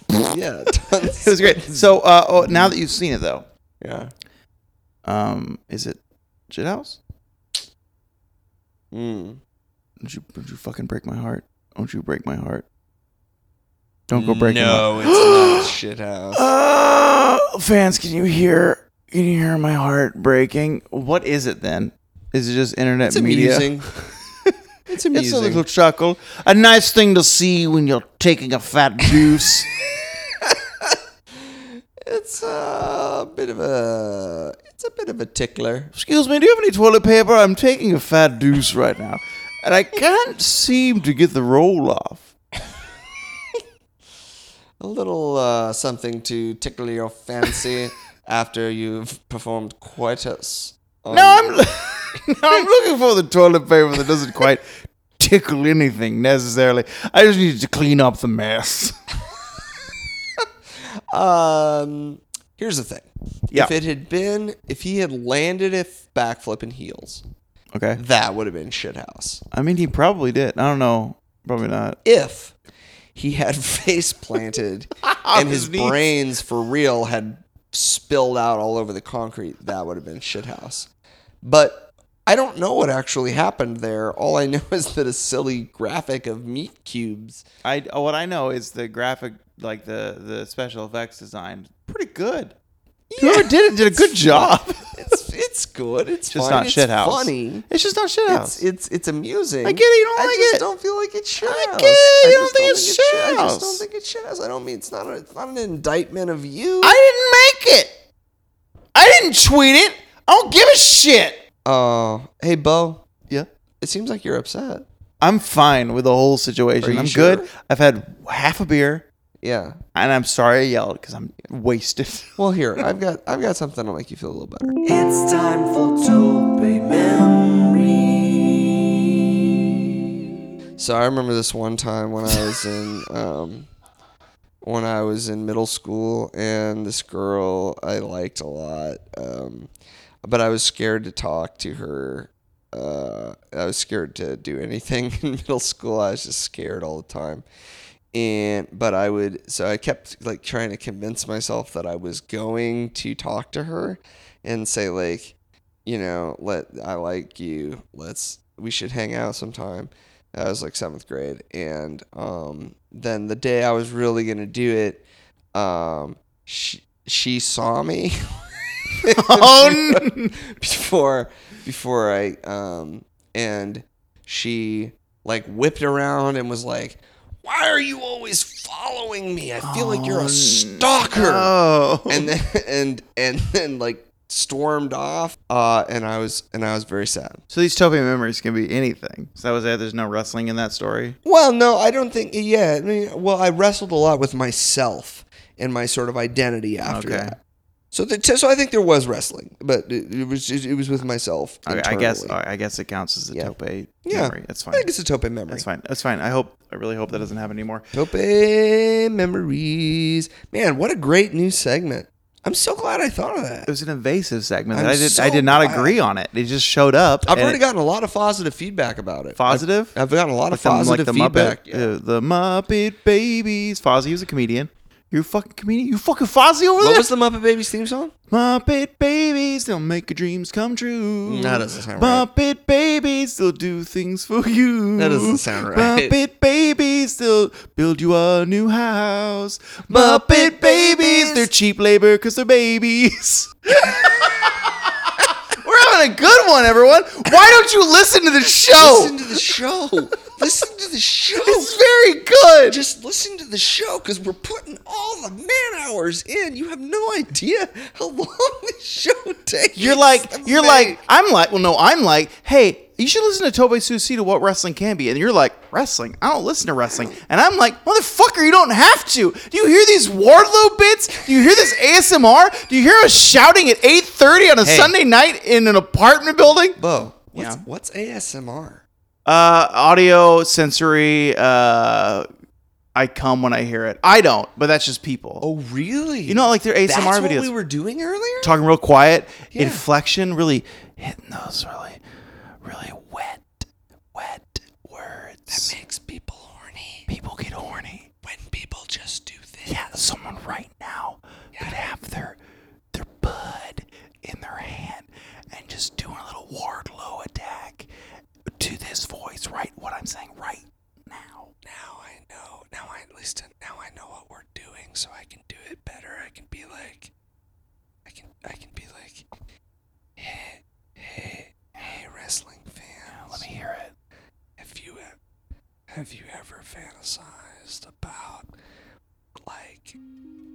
yeah. it was great. So uh, oh, now that you've seen it though, Yeah. um, is it shit house? Mm. Don't you don't you fucking break my heart? Don't you break my heart? Don't go breaking. No, my- it's not (laughs) shit house. Oh, fans, can you hear? Can you hear my heart breaking? What is it then? Is it just internet It's media? amusing. (laughs) it's It's amusing. a little chuckle, a nice thing to see when you're taking a fat (laughs) deuce. It's a bit of a it's a bit of a tickler. Excuse me, do you have any toilet paper? I'm taking a fat deuce right now, and I can't seem to get the roll off. A little uh, something to tickle your (laughs) fancy after you've performed coitus. on- No, I'm, Um, (laughs) no, I'm looking for the toilet paper that doesn't quite tickle anything necessarily. I just need to clean up the mess. (laughs) Um, here's the thing. Yeah. If it had been, if he had landed a f- backflip and heels, Okay. that would have been shithouse. I mean, he probably did. I don't know. Probably not. If he had (laughs) face planted (laughs) and his brains for real had spilled out all over the concrete, that would have been shithouse. But I don't know what actually happened there. All I know (laughs) is that a silly graphic of meat cubes. I what I know is the graphic, like the the special effects design, pretty good. Whoever did it did a good job. It's it's good. It's Just fun, not it's shithouse. Funny. It's just not shithouse. It's it's, it's amusing. I get it, you don't I like just it. Don't feel like it's shithouse. I get it, you don't just think it's shit- I just shithouse. don't think it's shithouse. I don't mean it's not a, it's not an indictment of you. I didn't make it. I didn't tweet it. I don't give a shit. Oh, hey Bo. Yeah. It seems like you're upset. I'm fine with the whole Are situation. you I'm sure? good. I've had half a beer, Yeah. and I'm sorry I yelled because I'm (laughs) wasted. Well, here I've got I've got something that'll make you feel a little better. It's time for Tope Memory. So I remember this one time when I (laughs) was in um, when I was in middle school, and this girl I liked a lot, um, but I was scared to talk to her. Uh, I was scared to do anything (laughs) in middle school. I was just scared all the time, and but I would so I kept like trying to convince myself that I was going to talk to her, and say like, you know, let I like you. Let's we should hang out sometime. I was like seventh grade, and um, then the day I was really gonna do it, um, she she saw me. (laughs) Oh, no. before before I um and she like whipped around and was like, "Why are you always following me? I feel like you're a stalker." Oh. And then (laughs) and and then like stormed off. Uh, and I was and I was very sad. So these Topia memories can be anything. So that was it. There's no wrestling in that story. Well, no, I don't think. Yeah, I mean, well, I wrestled a lot with myself and my sort of identity after Okay. that. So, the, so I think there was wrestling, but it, it was it was with myself. Okay, I guess internally. I guess it counts as a tope Yeah. memory. That's fine. I think it's a tope memory. That's fine. That's fine. I hope. I really hope that doesn't happen anymore. Tope memories. Man, what a great new segment! I'm so glad I thought of that. It was an invasive segment. I'm that I did. I so did not glad. agree on it. It just showed up. I've and already it- gotten a lot of positive feedback about it. positive. I've, I've gotten a lot Like of the- like positive the feedback. Muppet, uh, the Muppet Babies. Fozzie was a comedian. You fucking comedian. You fucking Fozzie over What there. was the Muppet Babies theme song? Muppet Babies, they'll make your dreams come true. That doesn't sound right. Muppet Babies, they'll do things for you. That doesn't sound right. Muppet Babies, they'll build you a new house. Muppet (laughs) Babies, they're cheap labor because they're babies. We're having on a good one, everyone. Why don't you listen to the show? Listen to the show. listen to the show. It's very good. Just listen to the show because we're putting all the man hours in. You have no idea how long this show takes. You're like, you're like, I'm like, well, no, I'm like, hey, you should listen to Tobe Suicida to what wrestling can be. And you're like, wrestling? I don't listen to wrestling. And I'm like, motherfucker, you don't have to. Do you hear these Wardlow bits? Do you hear this ASMR? Do you hear us shouting at 8.30 on a Hey. Sunday night in an apartment building? Bo, what's, what's ASMR? Uh, audio, sensory, uh, I come when I hear it. I don't, but that's just people. Oh, really? You know, like their ASMR That's what videos. we were doing earlier. talking real quiet, inflection, really hitting those really, really wet, wet words. That makes people horny. People get horny when people just do things. Yeah, someone right now could have their their bud in their hand and just doing a little Wardlow attack to this voice. Right, what I'm saying right Now I know. Now I listen. Now I know what we're doing, so I can do it better. I can be like, I can, I can be like, hey, hey, hey, wrestling fans. let me hear it. Have you, e- have you ever fantasized about like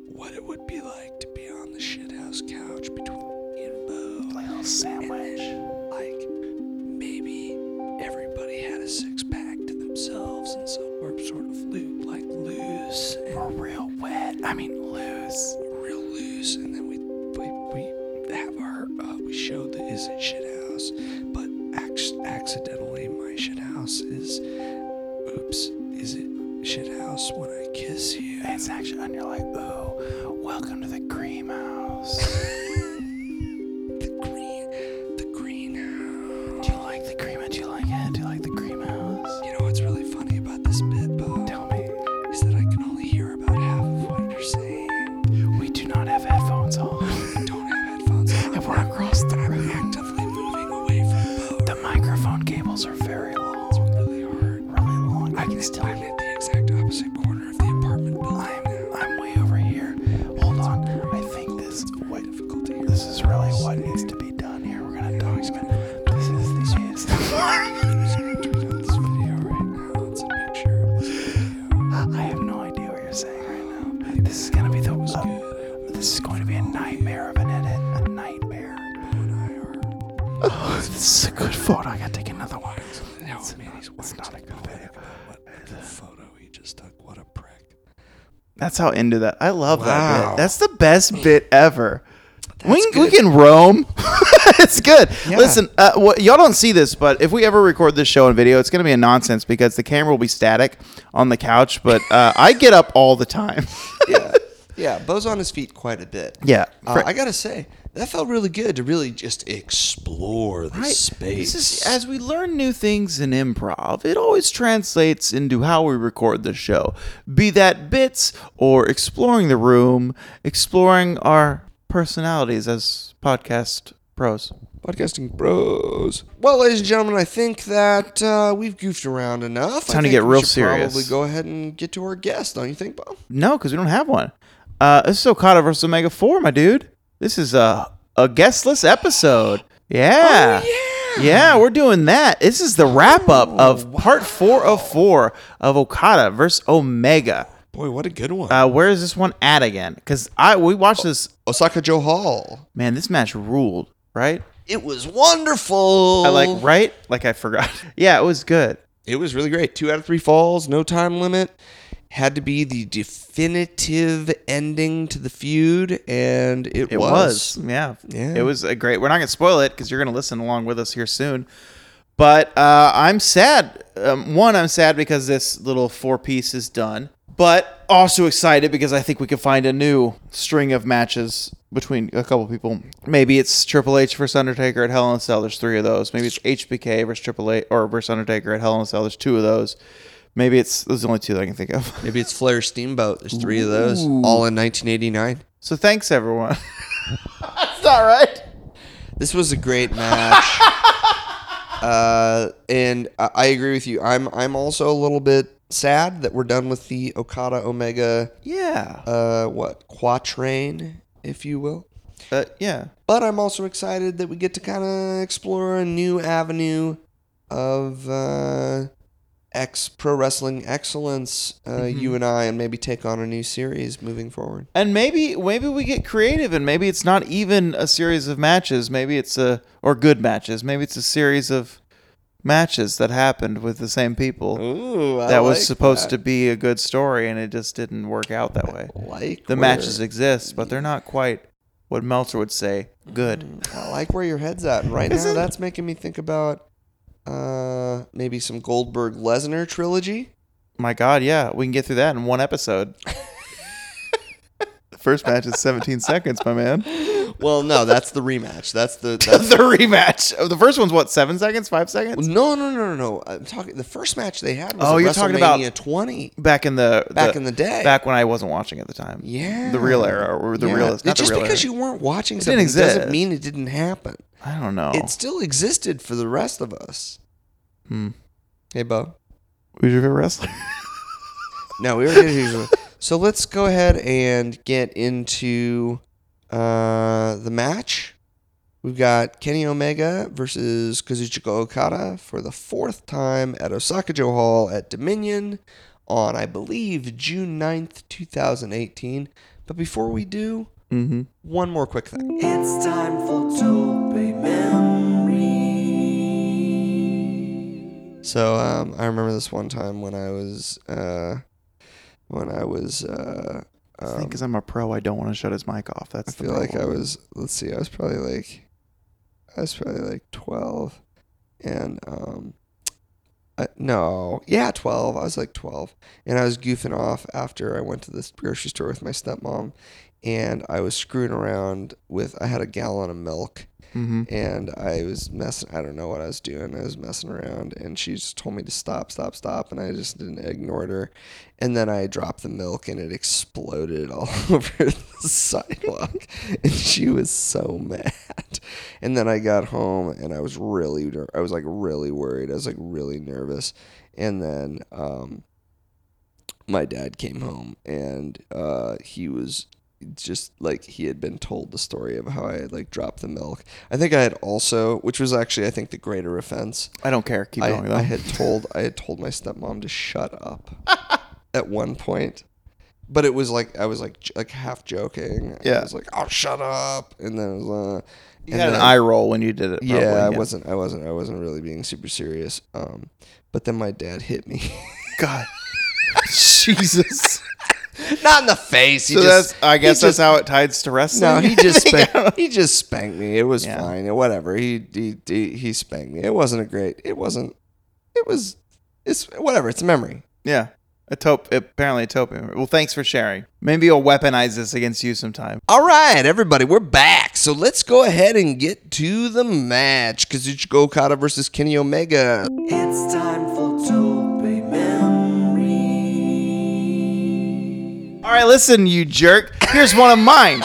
what it would be like to be on the shithouse couch between me and Bo? Like a little sandwich. like maybe everybody had a six pack to themselves and so we're sort of loo- like loose and or real wet. I mean loose. Real loose and then we we, we have our uh, we showed the is it shit house but ac- accidentally my shit house is oops is it shit house when I kiss you. It's actually and you're like oh welcome to the cream (laughs) house. Do you like the cream? Do you like it? Do you like the cream house? You know what's really funny about this bit, Bob? Tell me. Is that I can only hear about half of what you're saying. We do not have headphones on. (laughs) We don't have headphones on. And we're across the room. I'm actively moving away from the The microphone cables are very long. It's really hard. Really long. I can still I'm at the exact opposite corner of the apartment building. I'm, I'm way over here. Hold on. I think this what this is really what needs to be done here. We're gonna talk about this is the is I have no idea what you're saying right now. This is gonna be the uh, this is going to be a nightmare of an edit. A nightmare. Oh, this is a good photo. I gotta take another one. No, it's, man, he's it's not a good video. What a photo he just took. What a prick. uh, That's how into that. I love that. Wow. Bit. That's the best bit ever. We, we can roam. (laughs) it's good. Listen, uh, wh- y'all don't see this, but if we ever record this show in video, it's going to be a nonsense because the camera will be static on the couch. But uh, I get up all the time. (laughs) Yeah, Bo's on his feet quite a bit. Yeah. Uh, I gotta say that felt really good to really just explore the space. This is, as we learn new things in improv, it always translates into how we record the show. Be that bits or exploring the room, exploring our personalities as podcast pros. Podcasting pros. Well, ladies and gentlemen, I think that uh, we've goofed around enough. It's time to get real serious. Probably go ahead and get to our guest, don't you think, Bo? No, because we don't have one. Uh, this is Okada versus Omega 4, my dude. This is a, a guestless episode. Yeah. yeah. we're doing that. This is the wrap up of part four of four of Okada versus Omega. Boy, what a good one. Uh, where is this one at again? Because I we watched this. Osaka Joe Hall. Man, this match ruled, right? It was wonderful. I like, right? Like I forgot. (laughs) yeah, it was good. It was really great. Two out of three falls, no time limit. Had to be the definitive ending to the feud, and it, It was. Yeah. Yeah. It was a great. We're not going to spoil it because you're going to listen along with us here soon. But uh, I'm sad. Um, one, I'm sad because this little four piece is done, but also excited because I think we could find a new string of matches between a couple people. Maybe it's Triple H versus Undertaker at Hell in a Cell. There's three of those. Maybe it's HBK versus Triple H or versus Undertaker at Hell in a Cell. There's two of those. Maybe it's there's only two that I can think of. (laughs) Maybe it's Flair Steamboat. There's three of those, Ooh. all in 1989. So thanks everyone. (laughs) That's not right. This was a great (laughs) match. uh, and I, I agree with you. I'm I'm also a little bit sad that we're done with the Okada Omega Yeah. uh what quatrain, if you will. But yeah. But I'm also excited that we get to kind of explore a new avenue of uh, ex pro wrestling excellence. Uh, Mhm. You and I, and maybe take on a new series moving forward. And maybe maybe we get creative and maybe it's not even a series of matches. Maybe it's a or good matches. Maybe it's a series of matches that happened with the same people. Ooh, I that like was supposed that. to be a good story and it just didn't work out that way. like the where- matches exist, but they're not quite what Meltzer would say good. I like where your head's at right now. Isn't- That's making me think about uh, maybe some Goldberg Lesnar trilogy. My God, yeah, we can get through that in (laughs) one episode. The First match is 17 seconds, my man. Well, no, that's the rematch. That's (laughs) the that's the rematch. Oh, the first one's what? Seven seconds? Five seconds? No, no, no, no, no. I'm talking. The first match they had was Oh, at you're talking about WrestleMania 20. Back in the, Back in the day. back when I wasn't watching at the time. Yeah, the real era or the Yeah. realist. Not the just real because era. you weren't watching It something didn't exist. Oh. doesn't mean it didn't happen. I don't know. It still existed for the rest of us. Hmm. Hey, Bo. Who's your (laughs) favorite wrestler? No, we were getting usual. So let's go ahead and get into uh, the match. We've got Kenny Omega versus Kazuchika Okada for the fourth time at Osakajo Hall at Dominion on, I believe, June 9th, 2018. But before we do, mm-hmm. one more quick thing. It's time for Tope Memory. So um, I remember this one time when I was uh, when I was uh, I think um, because I'm a pro, I don't want to shut his mic off. That's I feel like I was let's see, I was probably like I was probably like twelve and um I, no, yeah, twelve. I was like twelve. And I was goofing off after I went to this grocery store with my stepmom and I was screwing around with I had a gallon of milk Mhm. and I was messing I don't know what I was doing. I was messing around and she just told me to stop, stop, stop and I just didn't ignored her. And then I dropped the milk and it exploded (laughs) all over the sidewalk. (laughs) And she was so mad. And then I got home and I was really ner- I was like really worried. I was like really nervous. And then um my dad came home and uh, he was just like he had been told the story of how I had like dropped the milk. I think I had also, which was actually I think the greater offense. I don't care. Keep I, going, though. I had told I had told my stepmom to shut up (laughs) at one point, but it was like I was like j- like half joking. I Yeah. was like, "Oh, shut up!" And then it was, uh, You and had an then- eye roll when you did it. Yeah, probably, I (laughs) wasn't. I wasn't. I wasn't really being super serious. Um, but then my dad hit me. (laughs) God. Jesus. Not in the face. He so just- that's, I he guess that's just- how it ties to (laughs) wrestling. No, he just (laughs) I think. spanked, he just spanked me. It was fine. Whatever. He, he he he spanked me. It wasn't a great. It wasn't. It was. It's whatever. It's a memory. yeah. A taupe, apparently a taupe. Well, thanks for sharing. Maybe I'll weaponize this against you sometime. All right, everybody, we're back. So let's go ahead and get to the match. Kazuchika Okada versus Kenny Omega. It's time for Tope Memory. All right, listen, you jerk. Here's one of mine.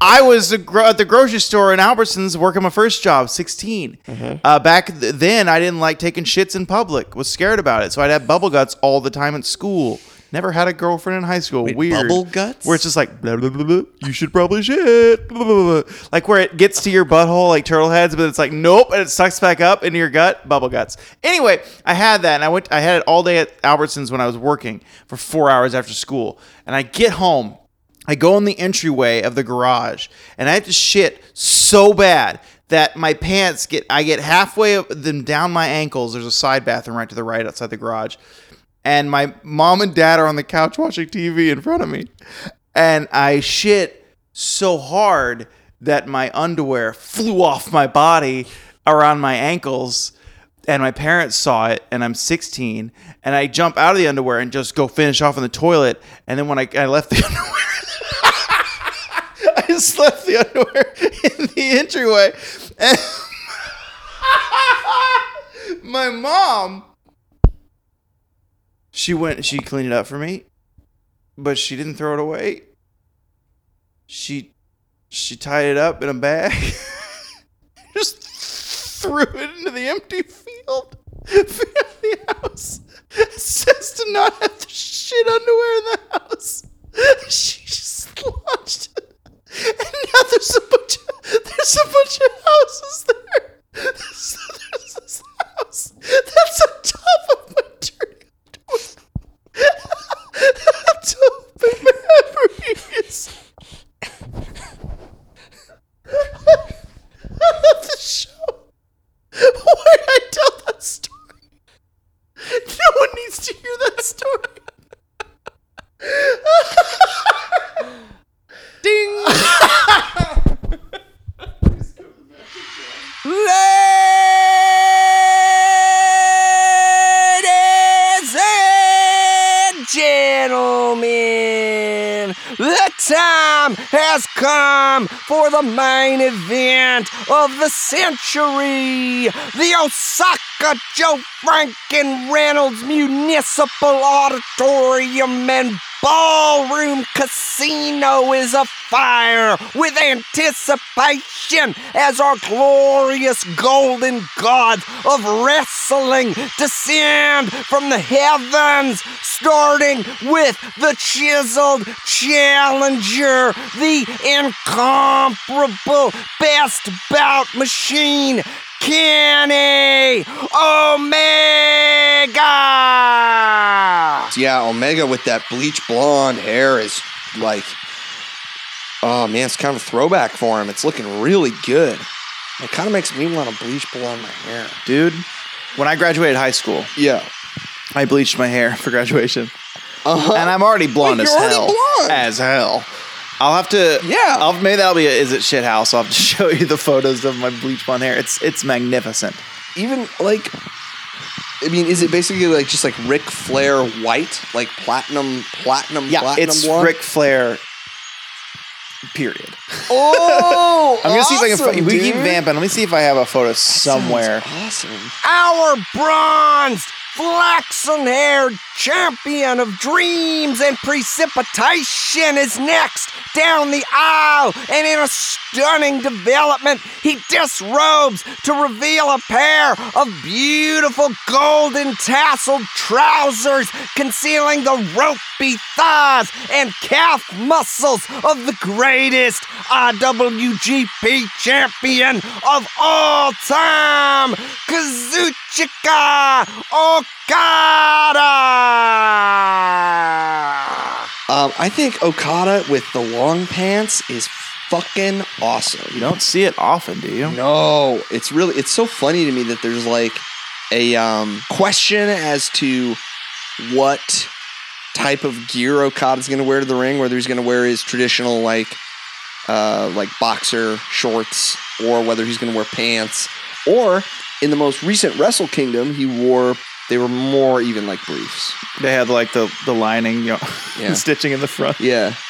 I was a gro- at the grocery store in Albertsons working my first job, 16. Mm-hmm. Uh, back th- then, I didn't like taking shits in public, was scared about it. So I'd have bubble guts all the time at school. Never had a girlfriend in high school. Weird. bubble guts? Where it's just like, blah, blah, blah, blah, you should probably shit. blah, blah, blah, blah. Like where it gets to your butthole like turtle heads, but it's like, nope. And it sucks back up into your gut, bubble guts. Anyway, I had that and I went, I had it all day at Albertsons when I was working for four hours after school. And I get home I go in the entryway of the garage and I have to shit so bad that my pants get I get halfway up them down my ankles. There's a side bathroom right to the right outside the garage. And my mom and dad are on the couch watching TV in front of me. And I shit so hard that my underwear flew off my body around my ankles and my parents saw it and i'm 16 and i jump out of the underwear and just go finish off in the toilet and then when i, I left the (laughs) underwear i just left the underwear in the entryway and (laughs) my mom she went she cleaned it up for me but she didn't throw it away she she tied it up in a bag (laughs) just threw it into the empty field (laughs) in front of the house. (laughs) It says to not have (laughs) the shit underwear in the house. She just launched it (laughs) (laughs) has come for the main event of the century the Osaka Joe Franken Reynolds Municipal Auditorium and Ballroom Casino is afire with anticipation as our glorious golden gods of wrestling descend from the heavens, starting with the chiseled challenger, the incomparable best bout machine, Kenny Omega! Yeah, Omega with that bleach blonde hair is like, oh man, it's kind of a throwback for him. It's looking really good. It kind of makes me want to bleach blonde my hair. dude. When I graduated high school, yeah, I bleached my hair (laughs) for graduation, and I'm already blonde Uh-huh. Wait, as you're already hell. blonde? As hell. I'll have to. Yeah. I'll, maybe that'll be a is it shit house. I'll have to (laughs) show you the photos of my bleach blonde hair. It's it's magnificent. Even like, I mean, is it basically like just like Ric Flair white, like platinum, platinum, Yeah, platinum it's blonde? Ric Flair. Period. Oh, I'm gonna see if I can. awesome, Fi- we keep dude. vamping. Let me see if I have a photo somewhere. Awesome. our bronzed, flaxen haired champion of dreams and precipitation is next down the aisle, and in a stunning development, he disrobes to reveal a pair of beautiful golden tasseled trousers concealing the ropey thighs and calf muscles of the greatest IWGP champion of all time, Kazuchika Okada. Um, I think Okada with the long pants is fucking awesome. You don't see it often, do you? No, it's really it's so funny to me that there's like a um, question as to what type of gear Okada's going to wear to the ring, whether he's going to wear his traditional like uh, like boxer shorts or whether he's going to wear pants. Or in the most recent Wrestle Kingdom, he wore they were more even like briefs. They had like the the lining, you know, (laughs) Yeah. the stitching in the front. Yeah. (laughs)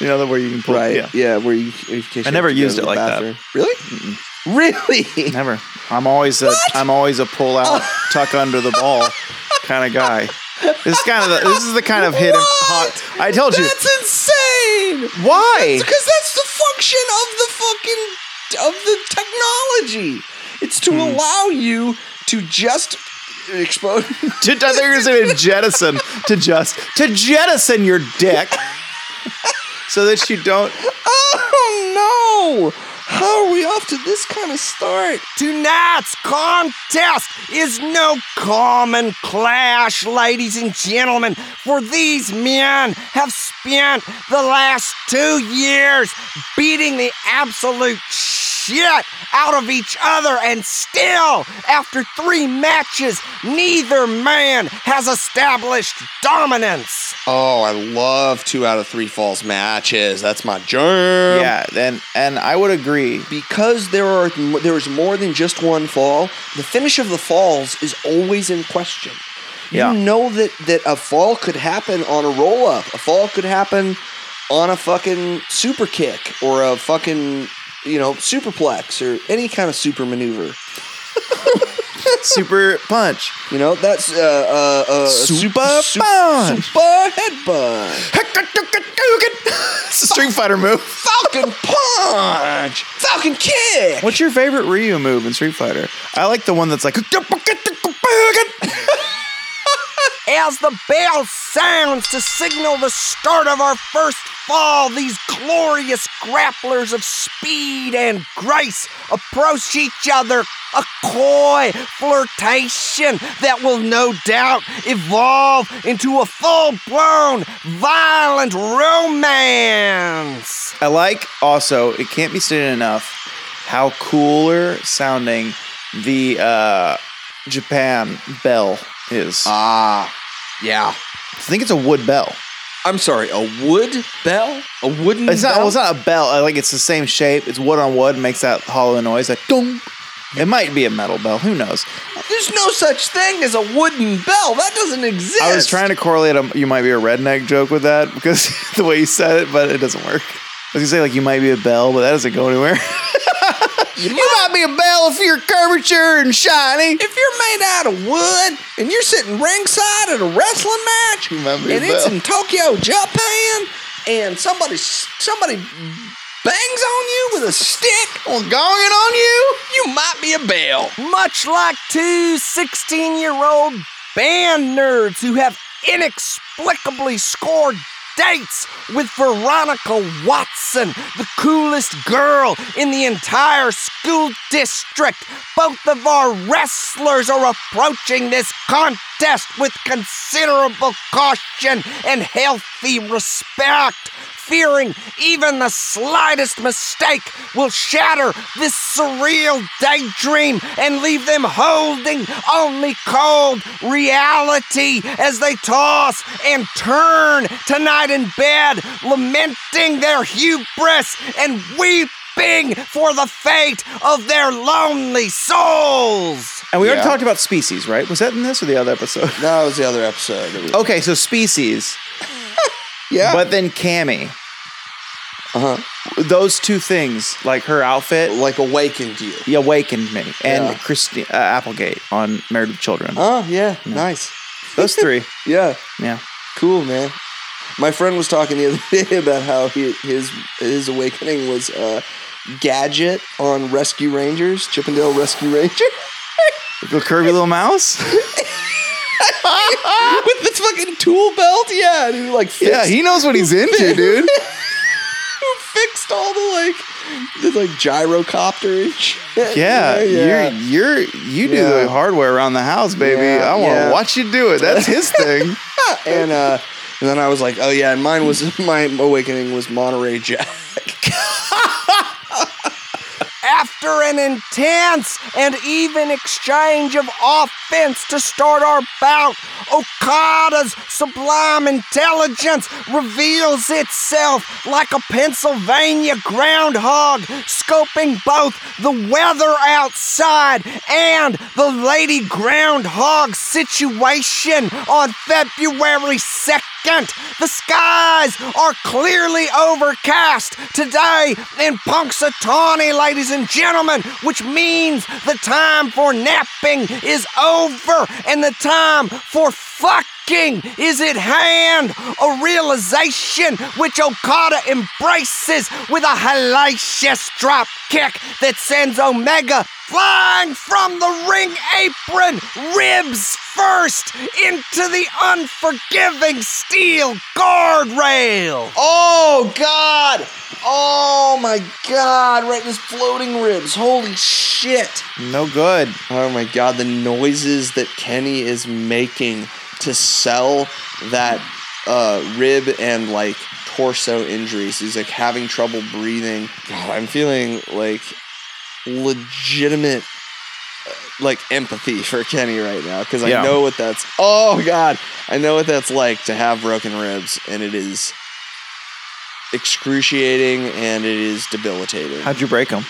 You know, the where you can pull. Right. Yeah. Yeah. where you. in case you I have never to go used to it the like bathroom. Really? Really? (laughs) Oh. Never. I'm always a am always a pull out, (laughs) tuck under the (laughs) ball kind of guy. This is kind of the, this is the kind of hit and hot. I told you. That's insane. Why? Because that's the function of the fucking of the technology. It's to allow you to just explode. to, I thought you were (laughs) going to jettison to just to jettison your (laughs) dick, so that you don't. Oh no! How are we off to this kind of start? Tonight's contest is no common clash, ladies and gentlemen, for these men have spent the last two years beating the absolute shit out of each other, and still, after three matches, neither man has established dominance. Oh, I love two out of three falls matches. That's my germ. Yeah, and and I would agree because there are there is more than just one fall. The finish of the falls is always in question. Yeah. You know that that a fall could happen on a roll up. A fall could happen on a fucking super kick or a fucking you know superplex or any kind of super maneuver. super punch. You know that's uh, uh, uh, Super su- punch. super headbutt, It's a Street Fighter move. Falcon punch, Falcon kick. (laughs) What's your favorite Ryu move in Street Fighter? I like the one that's like. As the bell sounds to signal the start of our first fall, these glorious grapplers of speed and grace approach each other, a coy flirtation that will no doubt evolve into a full blown, violent romance. I like also, it can't be stated enough how cooler sounding the uh, Japan bell is. Ah, yeah. I think it's a wood bell. I'm sorry, a wood bell, a wooden. It's not. bell? Well, it's not a bell. I Like it's the same shape. It's wood on wood. Makes that hollow noise. Like dong. It might be a metal bell. Who knows? There's no such thing as a wooden bell. That doesn't exist. (laughs) I was trying to correlate a you might be a redneck joke with that because the way you said it, but it doesn't work. gonna say like you might be a bell, but that doesn't go anywhere. (laughs) You might be a bell if you're curvature and shiny. If you're made out of wood and you're sitting ringside at a wrestling match, might and be a it's bell. in Tokyo, Japan, and somebody somebody bangs on you with a stick or gonging on you, you might be a bell. Much like two 16 year old band nerds who have inexplicably scored dates with Veronica Watson, the coolest girl in the entire school district. Both of our wrestlers are approaching this contest with considerable caution and healthy respect fearing even the slightest mistake will shatter this surreal daydream and leave them holding only cold reality as they toss and turn tonight in bed, lamenting their hubris and weeping for the fate of their lonely souls. And we Yeah. already talked about species, right? Was that in this or the other episode? No, it was the other episode. (laughs) Okay, so species. (laughs) yeah. Uh-huh. But then Cammy. Uh huh. Those two things, like her outfit, like awakened you. Yeah, awakened me, and Yeah. Christi- uh, Applegate on Married with Children. Oh yeah, nice. Those (laughs) three. yeah. Yeah. Cool, man. My friend was talking the other (laughs) day about how he, his his awakening was uh, Gadget on Rescue Rangers, Chippendale Rescue Ranger. the curvy (laughs) little mouse. With the fucking tool belt, yeah, and he like Yeah, fixed- he knows (laughs) what he's into, dude. who fixed all the like the like gyrocopter and shit. Yeah, yeah. you're you're you do Yeah. the hardware around the house, baby. Yeah, I want to yeah. watch you do it. That's his thing. and uh, and then I was like, oh yeah, and mine was (laughs) my awakening was Monterey Jack. After an intense and even exchange of offense to start our bout, Okada's sublime intelligence reveals itself like a Pennsylvania groundhog, scoping both the weather outside and the lady groundhog situation on February 2nd. The skies are clearly overcast today in Punxsutawney, ladies and gentlemen, which means the time for napping is over and the time for fucking is at hand. A realization which Okada embraces with a hellacious drop kick that sends Omega flying from the ring apron, ribs first, into the unforgiving steel guardrail. Oh God! Oh my God! Right in his floating ribs. Holy shit! No good. Oh my God! The noises that Kenny is making to sell that uh, rib and like torso injuries. He's like having trouble breathing. God, I'm feeling like legitimate uh, like empathy for Kenny right now because I Yeah. know what that's. Oh God, I know what that's like to have broken ribs, and it is excruciating and it is debilitating. How'd you break him?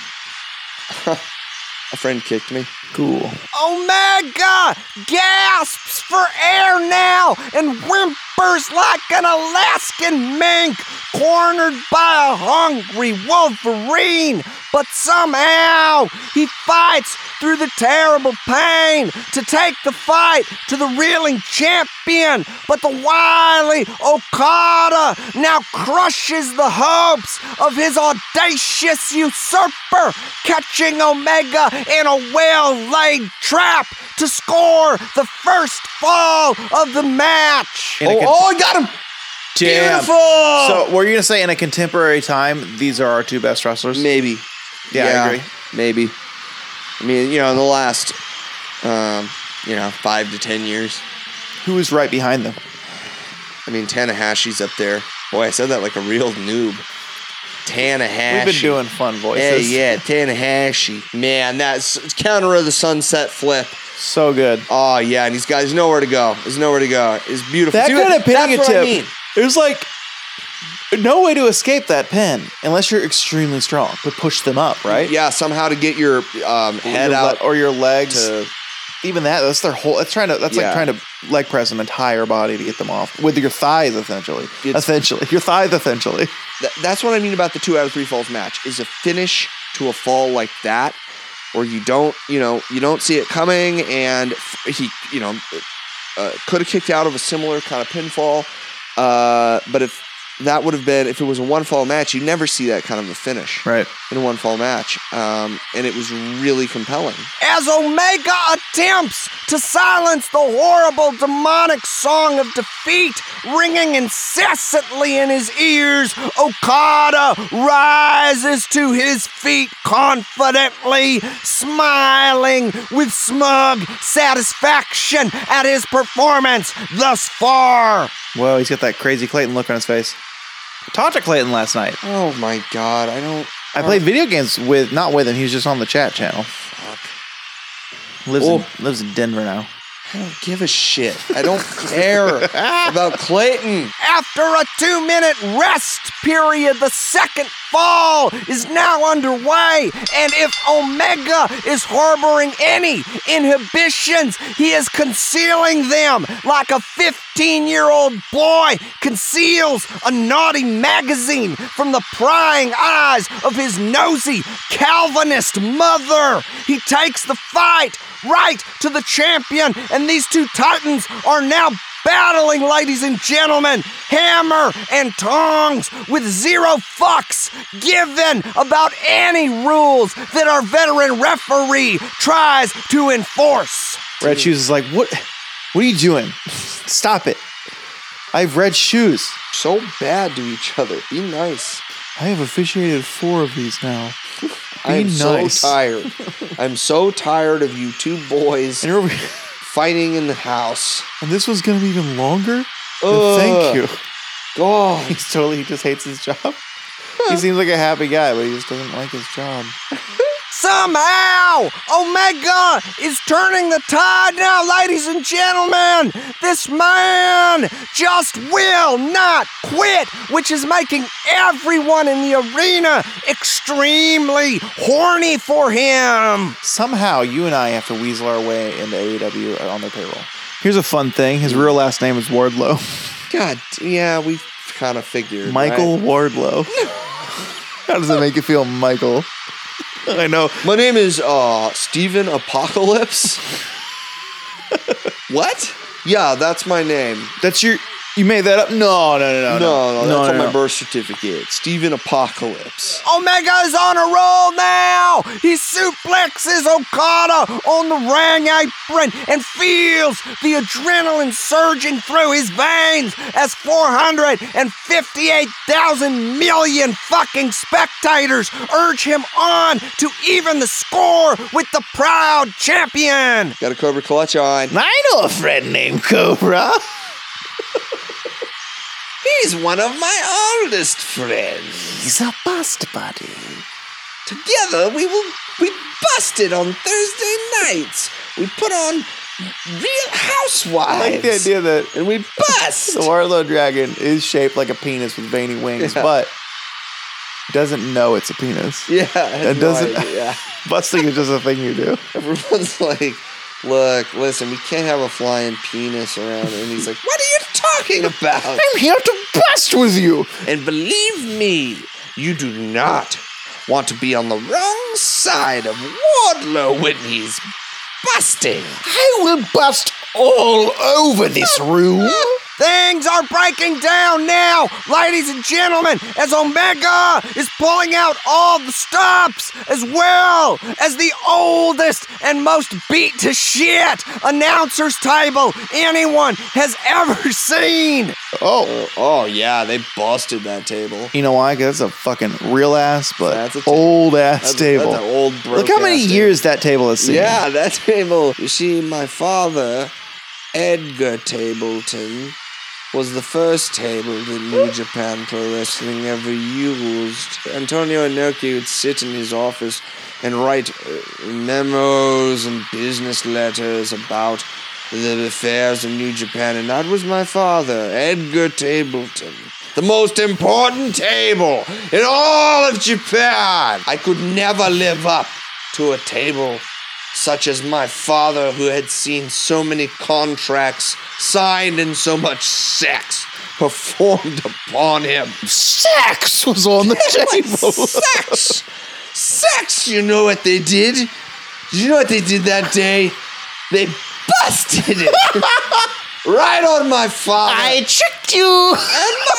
A friend kicked me. Cool. Omega Oh gasps for air now and whimpers like an Alaskan mink cornered by a hungry wolverine. But somehow he fights through the terrible pain to take the fight to the reeling champion. But the wily Okada now crushes the hopes of his audacious usurper, catching Omega in a well laid trap to score the first fall of the match. In a Oh, cont- oh, I got him! Damn. Beautiful! So, were you gonna say in a contemporary time, these are our two best wrestlers? Maybe. Yeah, I agree. Maybe. I mean, you know, in the last, um, you know, five to ten years. Who is right behind them? I mean, Tanahashi's up there. Boy, I said that like a real noob. Tanahashi. We've been doing fun voices. Hey, yeah, Tanahashi. Man, that's counter of the sunset flip. So good. Oh yeah, and these guys nowhere to go. There's nowhere to go. It's beautiful. That Dude, kind of that's pinning a what tip. I mean. There's like no way to escape that pin unless you're extremely strong to push them up, right? Yeah, somehow to get your um, head Your le- out or your legs to Even that, that's their whole. That's trying to. That's Yeah. like trying to leg press an entire body to get them off with your thighs, essentially. It's- essentially, your thighs, essentially. Th- that's what I mean about the two out of three falls match is a finish to a fall like that, or you don't, you know, you don't see it coming, and f- he, you know, uh, could have kicked out of a similar kind of pinfall, uh, but if that would have been if it was a one fall match, you never see that kind of a finish, right, in a one fall match, um, and it was really compelling. as Omega attempts to silence the horrible demonic song of defeat ringing incessantly in his ears. Okada rises to his feet confidently, smiling with smug satisfaction at his performance thus far. Whoa, he's got that crazy Clayton look on his face. Talked to Clayton last night. Oh my god, I don't. uh, I played video games with not with him. He was just on the chat channel. Lives Oh. in, lives in Denver now. I don't give a shit. I don't care about Clayton. After a two minute rest period, the second fall is now underway. And if Omega is harboring any inhibitions, he is concealing them like a 15 year old boy conceals a naughty magazine from the prying eyes of his nosy Calvinist mother. He takes the fight right to the champion, and these two titans are now battling, ladies and gentlemen, hammer and tongs with zero fucks given about any rules that our veteran referee tries to enforce. Red Shoes is like, what? What are you doing? Stop it! I have red shoes. So bad to each other. Be nice. I have officiated four of these now. Be I am nice. so (laughs) tired. I'm so tired of you two boys fighting in the house. And this was gonna be even longer. Ugh. thank you. God, he's totally he just hates his job. he seems like a happy guy, but he just doesn't like his job. Somehow, Omega is turning the tide now, ladies and gentlemen. This man just will not quit, which is making everyone in the arena extremely horny for him. Somehow, you and I have to weasel our way into AEW on their payroll. Here's a fun thing: his real last name is Wardlow. (laughs) God, yeah, we kind of figured. Michael right? (laughs) Wardlow. How does that make you feel, Michael? I know. My name is uh Steven (laughs) Apocalypse. what? Yeah, that's my name. That's your. You made that up? No, no, no, no, no, no, no. no, That's on no, my no. birth certificate. Steven Apocalypse. Omega is on a roll now. He suplexes Okada on the ring apron and feels the adrenaline surging through his veins as 458,000 million fucking spectators urge him on to even the score with the proud champion. Got a Cobra clutch on. I know a friend named Cobra. (laughs) He's one of my oldest friends. He's a bust buddy. Together we will we busted on Thursday nights. We put on Real I Housewives. like the idea that and we bust. the Warlow Dragon is shaped like a penis with veiny wings, Yeah. but doesn't know it's a penis. Yeah, I had it no doesn't. idea. busting is just a thing you do. Everyone's like, look, listen, we can't have a flying penis around. And he's like, what are you talking about? I'm here to bust with you. And believe me, you do not want to be on the wrong side of Wardlow when he's busting. I will bust all over (laughs) this room. Things are breaking down now, ladies and gentlemen, as Omega is pulling out all the stops, as well as the oldest and most beat to shit announcer's table anyone has ever (laughs) seen. Oh. Oh, yeah, they busted that table. You know why? Because that's a fucking real ass, but That's a ta- old ass that's- table. that's an old Look how broke many ass years that table has seen. Yeah, (laughs) that table. You see, my father, Edgar Tableton, was the first table that New Japan Pro Wrestling ever used. Antonio Inoki would sit in his office and write uh, memos and business letters about the affairs of New Japan, and that was my father, Edgar Tableton. The most important table in all of Japan. I could never live up to a table such as my father, who had seen so many contracts signed and so much sex performed upon him. Sex was on the table. sex! Sex! You know what they did? You know what they did that day? They busted it! right on my father. I tricked you. (laughs)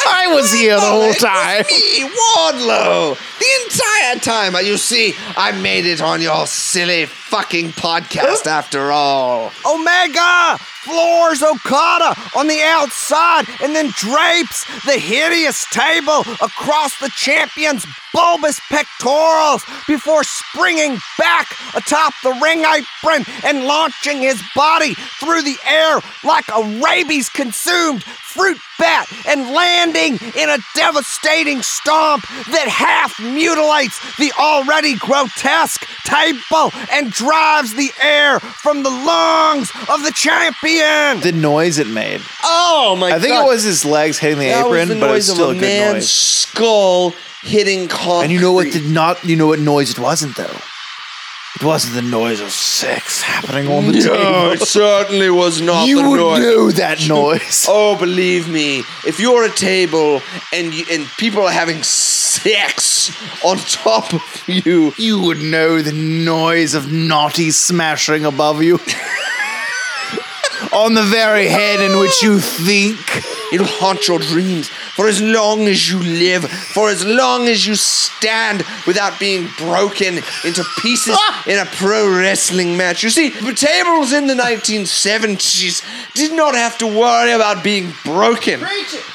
(laughs) I was here the whole time. me, Wardlow. The entire time. You see, I made it on your silly fucking podcast after all. Omega floors Okada on the outside and then drapes the hideous table across the champion's bulbous pectorals before springing back atop the ring apron and launching his body through the air like a rabies consumed fruit bat and landing in a devastating stomp that half mutilates the already grotesque table and drives the air from the lungs of the champion. The noise it made. Oh my I think God. it was his legs hitting the That was apron, the but it was noise of still a a, good man's noise. skull hitting concrete. And you know what (laughs) did not you know what noise it wasn't though? It wasn't the noise of sex happening on the No, it table. certainly was not You the would noise. know that noise. oh, believe me, if you're at a table and you, and people are having sex on top of you, (laughs) you would know the noise of naughty smashing above you. on the very head in which you think. It'll haunt your dreams for as long as you live, for as long as you stand without being broken into pieces in a pro wrestling match. You see, the tables in the 1970s did not have to worry about being broken.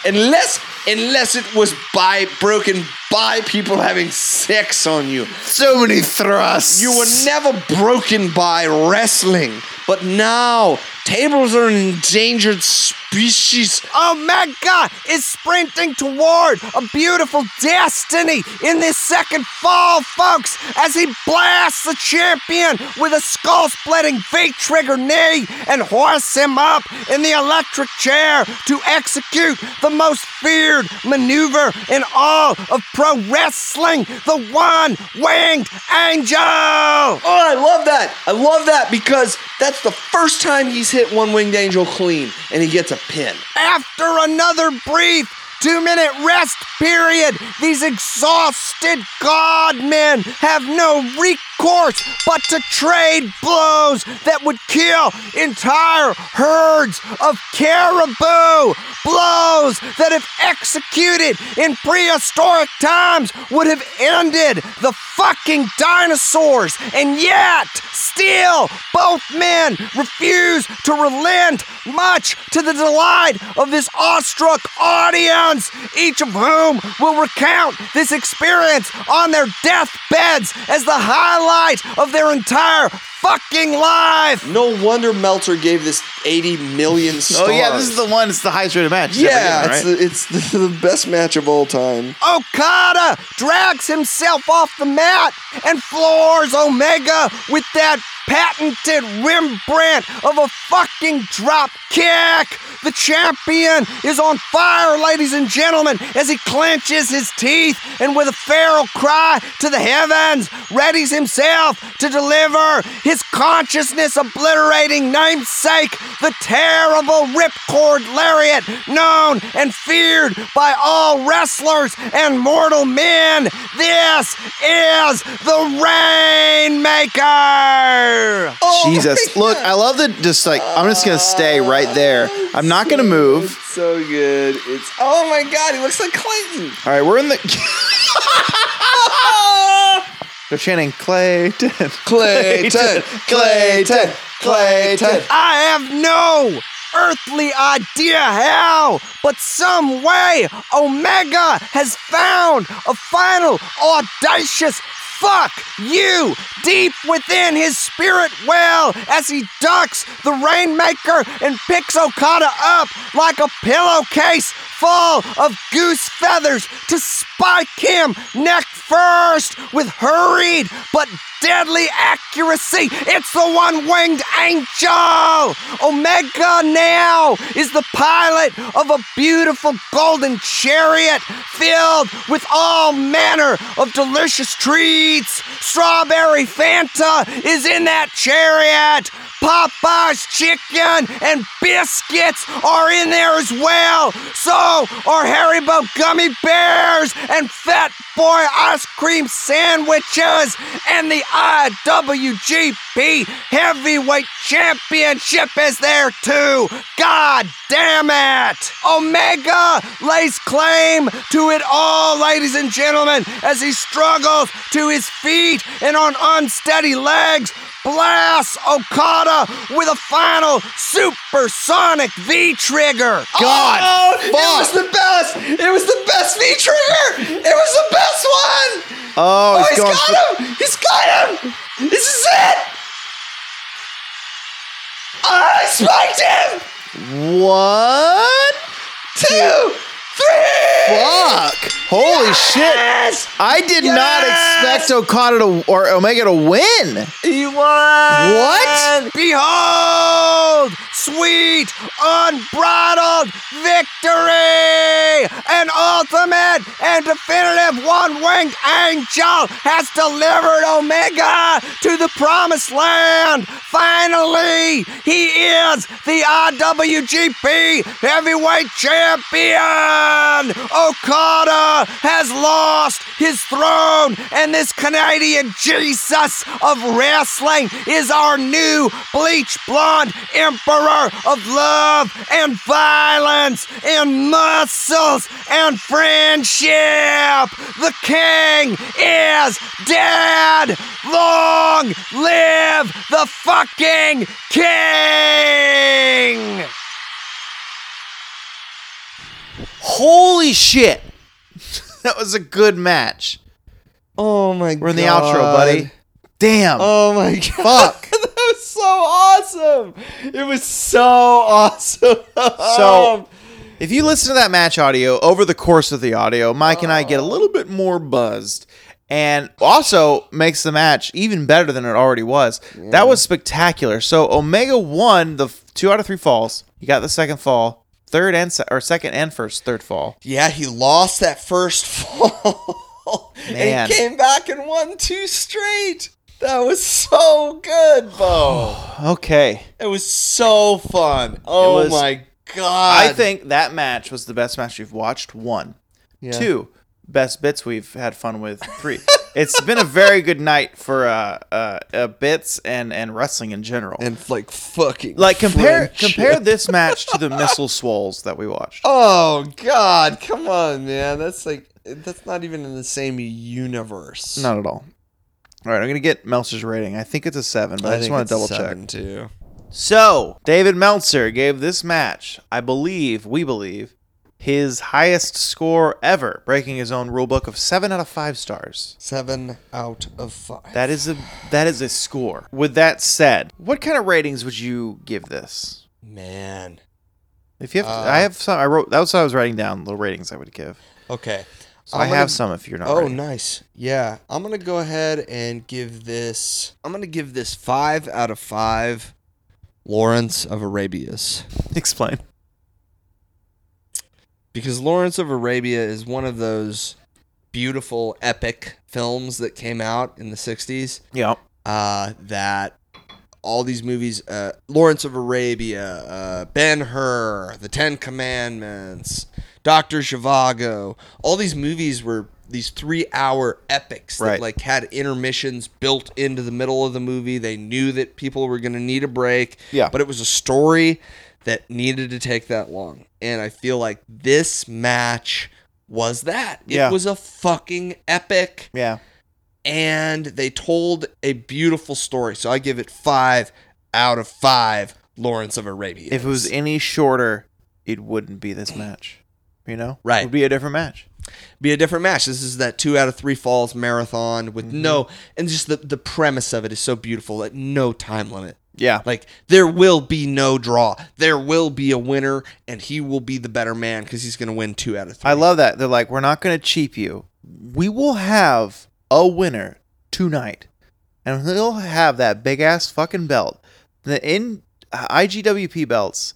Unless unless it was by broken by people having sex on you. So many thrusts. You were never broken by wrestling. But now, tables are an endangered species. Oh Omega is sprinting toward a beautiful destiny in this second fall, folks, as he blasts the champion with a skull splitting V trigger knee and hoists him up in the electric chair to execute the most feared maneuver in all of pro wrestling the one winged angel. Oh, I love that. I love that because that's the first time he's hit one winged angel clean and he gets a pin. After another brief two minute rest period, these exhausted god men have no recourse but to trade blows that would kill entire herds of caribou. Blows that, if executed in prehistoric times, would have ended the fucking dinosaurs. And yet, still, both men refuse to relent, much to the delight of this awestruck audience, each of whom will recount this experience on their deathbeds as the highlight of their entire fucking life. No wonder Meltzer gave this 80 million stars. Oh yeah, this is the one. It's the highest rated match. he's ever Yeah, given, it's, right? the, it's the, the best match of all time. Okada drags himself off the mat and floors Omega with that patented Rembrandt of a fucking drop kick. The champion is on fire, ladies and gentlemen, as he clenches his teeth and with a feral cry to the heavens, readies himself to deliver his consciousness obliterating namesake, the terrible ripcord lariat, known and feared by all wrestlers and mortal men. This is the Rainmaker! Oh, (laughs) Jesus. Look, I love that just like I'm just gonna stay right there. I'm not gonna move. So good. It's (laughs) oh my god, he looks like Clayton. All right, we're in the. (laughs) They're chanting Clayton, Clayton, Clayton, Clayton. (laughs) I have no earthly idea how, but some way Omega has found a final audacious fuck you deep within his spirit well as he ducks the Rainmaker and picks Okada up like a pillowcase full of goose feathers to by Kim neck first with hurried but deadly accuracy. It's the one winged angel. Omega now is the pilot of a beautiful golden chariot filled with all manner of delicious treats. Strawberry Fanta is in that chariot. Popeye's chicken and biscuits are in there as well. So are Haribo gummy bears and Fat Boy ice cream sandwiches and the IWGP Heavyweight Championship is there too. God damn it! Omega lays claim to it all, ladies and gentlemen, as he struggles to his feet and on unsteady legs blasts Okada with a final supersonic V trigger. God, Oh, it was the best. It was the best V trigger. It was the best one. Oh, he's he's going got for- him. He's got him. This is it. I spiked him. What? Two, three. Fuck! Holy shit! I did not expect Okada to or Omega to win. He won! What? Behold! Sweet, unbridled victory! An ultimate and definitive one winged angel has delivered Omega to the promised land! Finally, he is the IWGP Heavyweight Champion! Okada has lost his throne, and this Canadian Jesus of wrestling is our new bleach blonde emperor of love and violence and muscles and friendship. The king is dead. Long live the fucking king. Holy shit! (laughs) that was a good match. Oh my god. We're in the outro, buddy. Damn. Oh my god. (laughs) Fuck. that was so awesome. It was so awesome. (laughs) So, if you listen to that match audio over the course of the audio, Mike and I get a little bit more buzzed. And also makes the match even better than it already was. That was spectacular. So Omega won the f- two out of three falls. He got the second fall, third and se- or second and first, third fall. yeah, he lost that first (laughs) fall. Man. And came back and won two straight. That was so good, (sighs) Bo. Okay. it was so fun. Oh was- my god. I think that match was the best match we've watched. One, Yeah. two, best bits we've had fun with. (laughs) Three. it's been a very good night for uh, uh, uh, bits and and wrestling in general. And like fucking like compare friendship. compare this match to the missile swoles that (laughs) we watched. Oh God! Come on, man. That's like that's not even in the same universe. Not at all. All right, I'm gonna get Meltzer's rating. I think it's a seven, but I, just think want it's to double seven, check. too. So David Meltzer gave this match, I believe, we believe, his highest score ever, breaking his own rulebook of seven out of five stars. Seven out of five. That is a that is a score. With that said, what kind of ratings would you give this? Man. If you have, Uh, I have some. I wrote that was what I was writing down the ratings I would give. Okay. So I'm I have gonna- some if you're not. Oh, ready. nice. Yeah, I'm gonna go ahead and give this. I'm gonna give this five out of five. Lawrence of Arabia's. (laughs) Explain. because Lawrence of Arabia is one of those beautiful epic films that came out in the 60s. Yeah. Uh, that all these movies uh, Lawrence of Arabia, uh, Ben Hur, The Ten Commandments, Dr. Zhivago, all these movies were these three hour epics that Right. like had intermissions built into the middle of the movie. They knew that people were going to need a break. Yeah. But it was a story that needed to take that long. And I feel like this match was that. Yeah. It was a fucking epic. Yeah. And they told a beautiful story. So I give it five out of five Lawrence of Arabia. If it was any shorter, it wouldn't be this match. You know, Right. It would be a different match. be a different match. This is that two out of three falls marathon with Mm-hmm. no and just the, the premise of it is so beautiful that no time limit. Yeah. Like there will be no draw. There will be a winner and he will be the better man because he's gonna win two out of three. I love that. They're like, we're not going to cheap you. we will have a winner tonight, and he'll have that big ass fucking belt, the in uh, IGWP belts.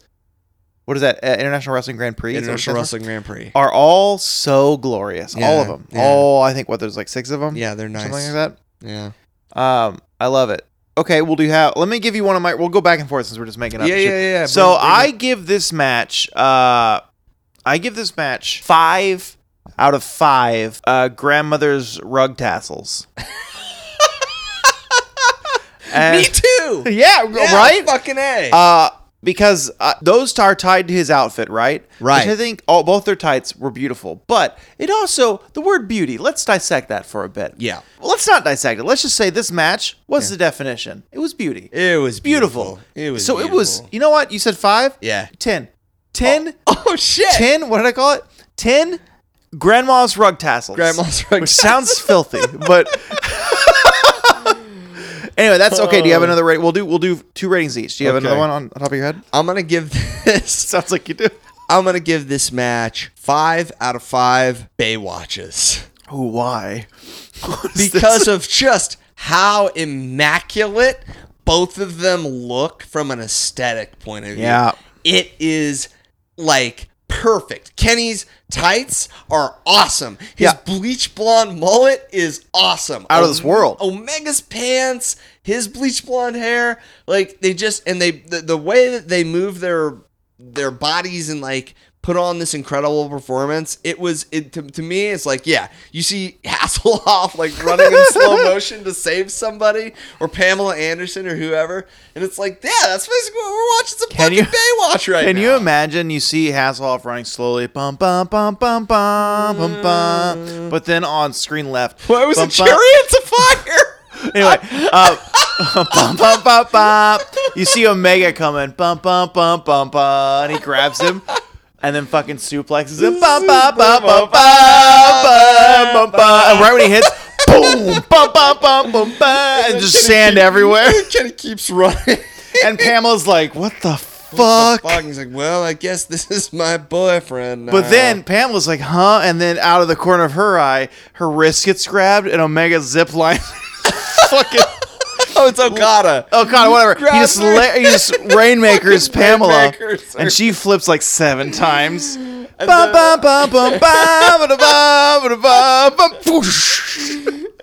What is that? Uh, International Wrestling Grand Prix. Is that what International it stands for? Wrestling Grand Prix. are all so glorious. all Yeah, of them. yeah. All I think what there's like six of them. Yeah, they're nice. Something like Yeah. that. Um, I love it. Okay, we'll do how. Let me give you one of my. We'll go back and forth since we're just making up. Yeah, shit. yeah, yeah, yeah. So Bring- bring I give this match. Uh, I give this match five out of five. Uh, grandmother's (laughs) rug tassels. Me And- too. (laughs) Yeah, right? Fucking a. uh, because uh, those are tied to his outfit, right? Right. Which I think all, both their tights were beautiful, but it also the word beauty. Let's dissect that for a bit. Yeah. Well, let's not dissect it. Let's just say this match. What's the definition? It was beauty. It was beautiful. It was so it was. You know what? You said five. Yeah. Ten. (laughs) Ten. Oh, shit. Ten. What did I call it? Ten. Grandma's rug tassels. Grandma's rug Which sounds filthy, (laughs) but anyway, that's okay. Do you have Oh. another rate? We'll do. We'll do two ratings each. Do you have Okay. another one on top of your head? I'm gonna give (laughs) this. Sounds like you do. I'm gonna give this match five out of five (laughs) Baywatches Oh, why? because of just how immaculate both of them look from an aesthetic point of view. Yeah. it is like perfect. Kenny's tights are awesome. His Yeah. bleach blonde mullet is awesome. Out of this world. Omega's pants, his bleach blonde hair, like they just and they the, the way that they move their their bodies and like put on this incredible performance. It was it to, to me it's like yeah, you see (laughs) Hasselhoff like running in slow (laughs) motion to save somebody or Pamela Anderson or whoever and it's like yeah, that's basically what we're watching some Can fucking you- Baywatch right Can now. you imagine? You see Hasselhoff running slowly, bum bum bum bum bum bum bum, but then on screen left, Why was bum, a bum- chariot's a fire? (laughs) Anyway, uh, (laughs) bum bum bum bum. You see Omega coming, bum bum bum bum bum, and he grabs him, and then fucking suplexes him, bum bum bum bum bum bum bum, bum, and right when he hits, boom, bum bum bum bum bum, and just sand everywhere. Kenny keeps running. (laughs) And Pamela's like, "What the fuck?" Fuck. He's like, well, I guess this is my boyfriend. now." But then Pam was like, huh? And then out of the corner of her eye, her wrist gets grabbed and Omega zip line. (laughs) fucking. oh, it's Okada. Oh, God, whatever. He Grabs just, her. la- he just (laughs) Rainmakers Pamela. Rainmakers her. and she flips like seven times. And then- Bum, bum, bum, bum, bum, ba-da, bum, ba-da, bum, bum, (laughs) whoosh.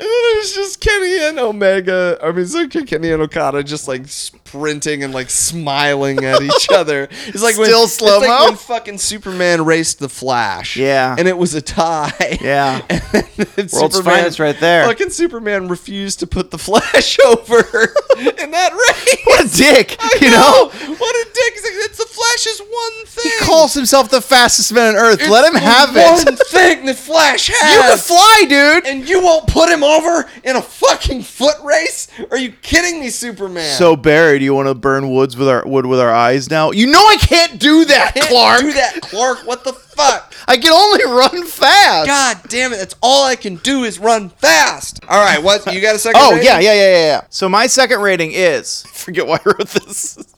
And then it was just Kenny and Omega. I mean, it's like Kenny and Okada just like sprinting and like smiling at (laughs) each other. It's like when, Still it's slow-mo? like when fucking Superman raced the Flash. Yeah. and it was a tie. Yeah. and then World's finest right there. Fucking Superman refused to put the Flash (laughs) over in that race. What a dick, you know? What a dick! He's like, it's the Flash's one thing. He calls himself the fastest man on earth. It's Let him the have One it. thing the Flash has. (laughs) You can fly, dude. and you won't put him over in a fucking foot race? Are you kidding me, Superman? So Barry, do you want to burn woods with our wood with our eyes now? You know I can't do that, Can't Clark. do that, Clark. What the fuck? I can only run fast. God damn it! That's all I can do is run fast. All right, what you got a second? Oh rating? yeah, yeah, yeah, yeah, yeah. So my second rating is (laughs) I forget why I wrote this. (laughs)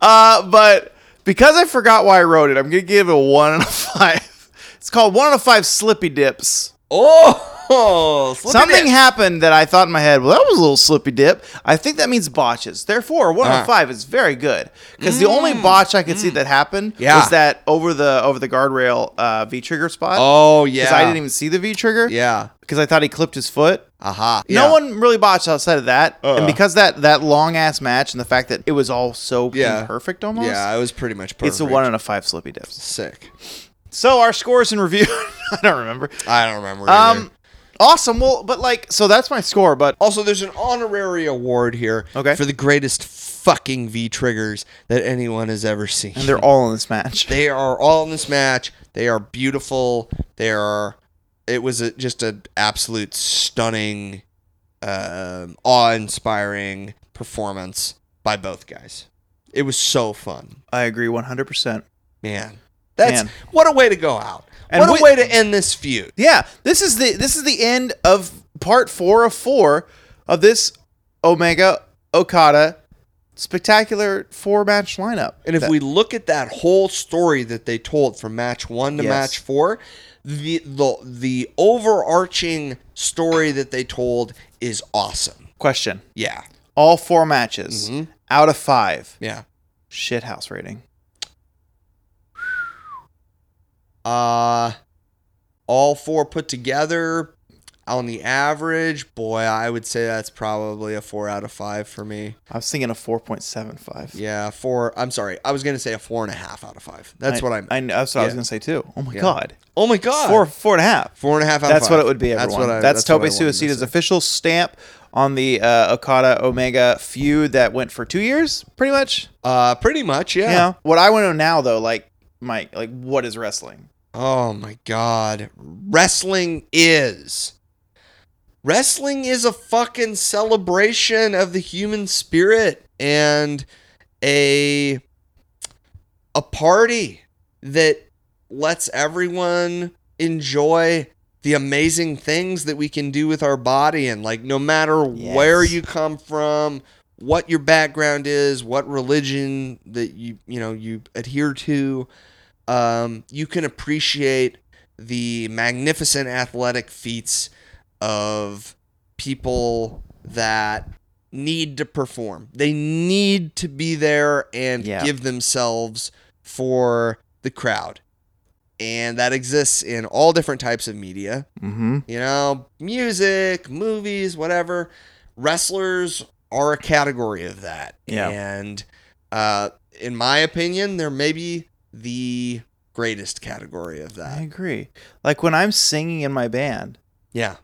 Uh, but because I forgot why I wrote it, I'm gonna give it a (laughs) one out of five. It's called one out of five slippy dips. Oh, (laughs) slippy Something dip. happened that I thought in my head, well, that was a little slippy dip. I think that means botches. Therefore, one out Ah. Mm. of five is very good because the only botch I could see that happened Yeah. was that over the over the guardrail uh, V trigger spot. Oh because yeah. I didn't even see the V trigger. Yeah. because I thought he clipped his foot. Aha. No Yeah. one really botched outside of that, Uh-uh. and because that that long ass match and the fact that it was all so Yeah. perfect almost. Yeah, it was pretty much perfect. It's a one out of five slippy dips. Sick. So our scores and review. (laughs) I don't remember. I don't remember. either. Um, awesome. Well, but like, so that's my score. But Also, there's an honorary award here Okay. for the greatest fucking V triggers that anyone has ever seen. and they're all in this match. They are all in this match. They are beautiful. They are. It was a, just an absolute stunning, um, awe-inspiring performance by both guys. It was so fun, I agree one hundred percent. man. That's Man. what a way to go out. And what a we- way to end this feud. Yeah, this is the this is the end of part four of four of this Omega Okada spectacular four match lineup. And if That- we look at that whole story that they told from match one to Yes. match four, the, the the overarching story that they told is awesome. question, Yeah. all four matches Mm-hmm. out of five, yeah, shit house rating. Uh all four put together on the average, boy, I would say that's probably a four out of five for me. I was thinking a four point seven five. Yeah, four. I'm sorry, I was gonna say a four and a half out of five. That's I- what I. meant. I know- that's what I was gonna say too. Oh my God. Oh my god. Four four and a half. Four and a half out of that's what five. it would be. That's Everyone. That's, what I- that's what I Toby wanted to Suicida's official stamp on the uh, Okada Omega feud that went for two years, pretty much. Uh, pretty much. Yeah. You know? What I want to know now, though, like Mike, like what is wrestling? Oh my god. Wrestling is. Wrestling is a fucking celebration of the human spirit and a a party that lets everyone enjoy the amazing things that we can do with our body and like no matter where you come from what your background is what religion that you you know you adhere to um, you can appreciate the magnificent athletic feats of people that need to perform they need to be there and Yeah. give themselves for the crowd and that exists in all different types of media. Mm-hmm. You know, music, movies, whatever. Wrestlers are a category of that. Yeah. And uh, in my opinion, they're maybe the greatest category of I that. agree. Like when I'm singing in my band, Yeah.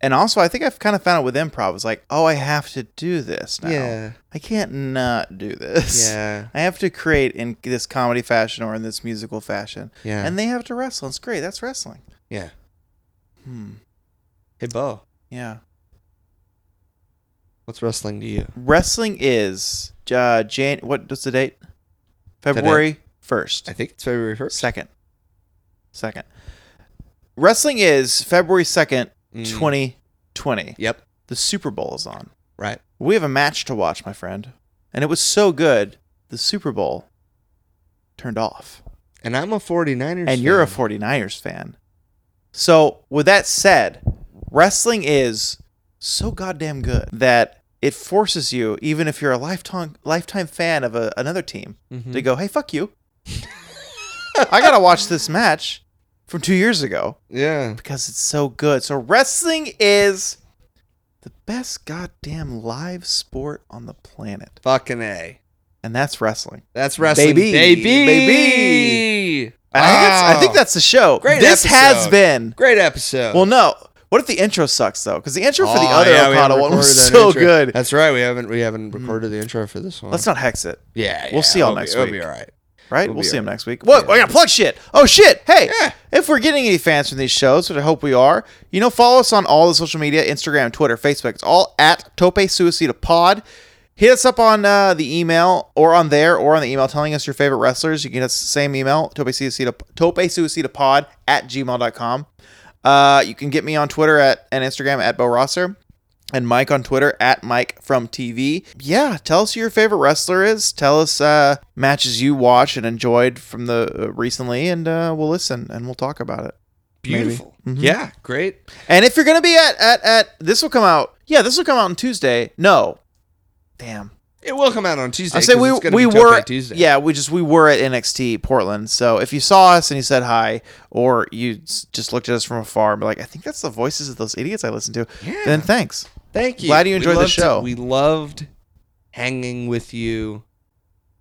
and also I think I've kind of found it with improv. It's like, oh, I have to do this now. Yeah. I can't not do this. Yeah. (laughs) I have to create in this comedy fashion or in this musical fashion. Yeah. And they have to wrestle. It's great. That's wrestling. Yeah. Hmm. Hey, Bo, Yeah. what's wrestling to you? Wrestling is uh, Jan. What was the date? February first. I think it's February 1st. Second. Second. Wrestling is February second, Mm. twenty twenty. Yep. The Super Bowl is on. Right. We have a match to watch, my friend, and it was so good. The Super Bowl turned off, And I'm a 49ers and you're a fan. 49ers fan. So, with that said, wrestling is so goddamn good that it forces you, even if you're a lifetime lifetime fan of a, another team, Mm-hmm. to go, "Hey, fuck you! (laughs) I gotta watch this match from two years ago Yeah. because it's so good." So, wrestling is the best goddamn live sport on the planet, Fucking A. and that's wrestling. That's wrestling. Baby. Baby. Baby. I think, that's, I think that's the show. Great this has episode. been Great episode. Well, no. What if the intro sucks though? Because the intro for the Oh, other yeah, we Okada haven't one was recorded that so intro. good. Mm. That's right. We haven't we haven't recorded the intro for this one. Let's not hex it. Yeah, yeah, we'll see y'all it'll be- next it'll week. be all right. Right? It'll we'll be see all him right. next week. What? I gotta plug shit. Oh shit! Hey, if we're getting any fans from these shows, which I hope we are, you know, follow us on all the social media: Instagram, Twitter, Facebook. It's all at Tope Suicida Pod. Hit us up on uh, the email or on there or on the email telling us your favorite wrestlers. You can get us the same email, Tope Suicida, Tope Suicida Pod at gmail.com. Uh, you can get me on Twitter at and Instagram at Bo Rosser and Mike on Twitter at Mike from TV. Yeah, tell us who your favorite wrestler is. Tell us uh, matches you watch and enjoyed from the uh, recently, and uh, we'll listen and we'll talk about it. Maybe. Beautiful. Mhm. Yeah, great. And if you're gonna be at at at this will come out. Yeah, this will come out on Tuesday. No, damn. It will come out on Tuesday. I say 'cause we it's gonna we be Tope were Tuesday. yeah we just we were at NXT Portland. So if you saw us and you said hi, or you s- just looked at us from afar and be like, I think that's the voices of those idiots I listened to. Then thanks. Thank you. Glad you We enjoyed the loved- show. we loved hanging with you,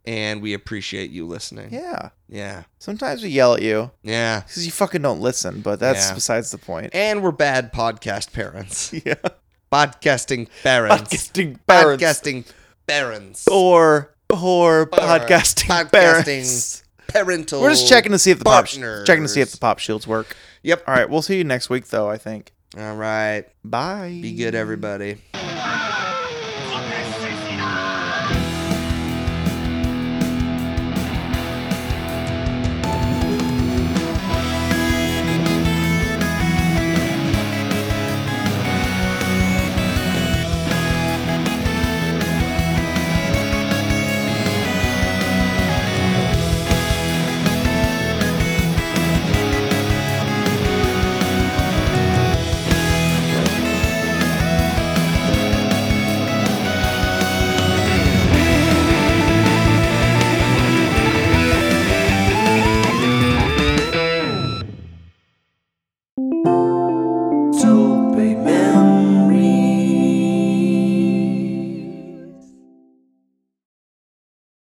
and we appreciate you listening. yeah. Yeah. Sometimes we yell at you Yeah. because you fucking don't listen, but that's Yeah. besides the point. And we're bad podcast (laughs) parents. Yeah. (laughs) Podcasting parents. Podcasting parents. Podcasting parents. Or poor podcasting, Podcasting parents. Parental. We're just checking to see if the pop partners. checking to see if the pop shields work. Yep. All right, we'll see you next week though, I think. All right. Bye. Be good, everybody.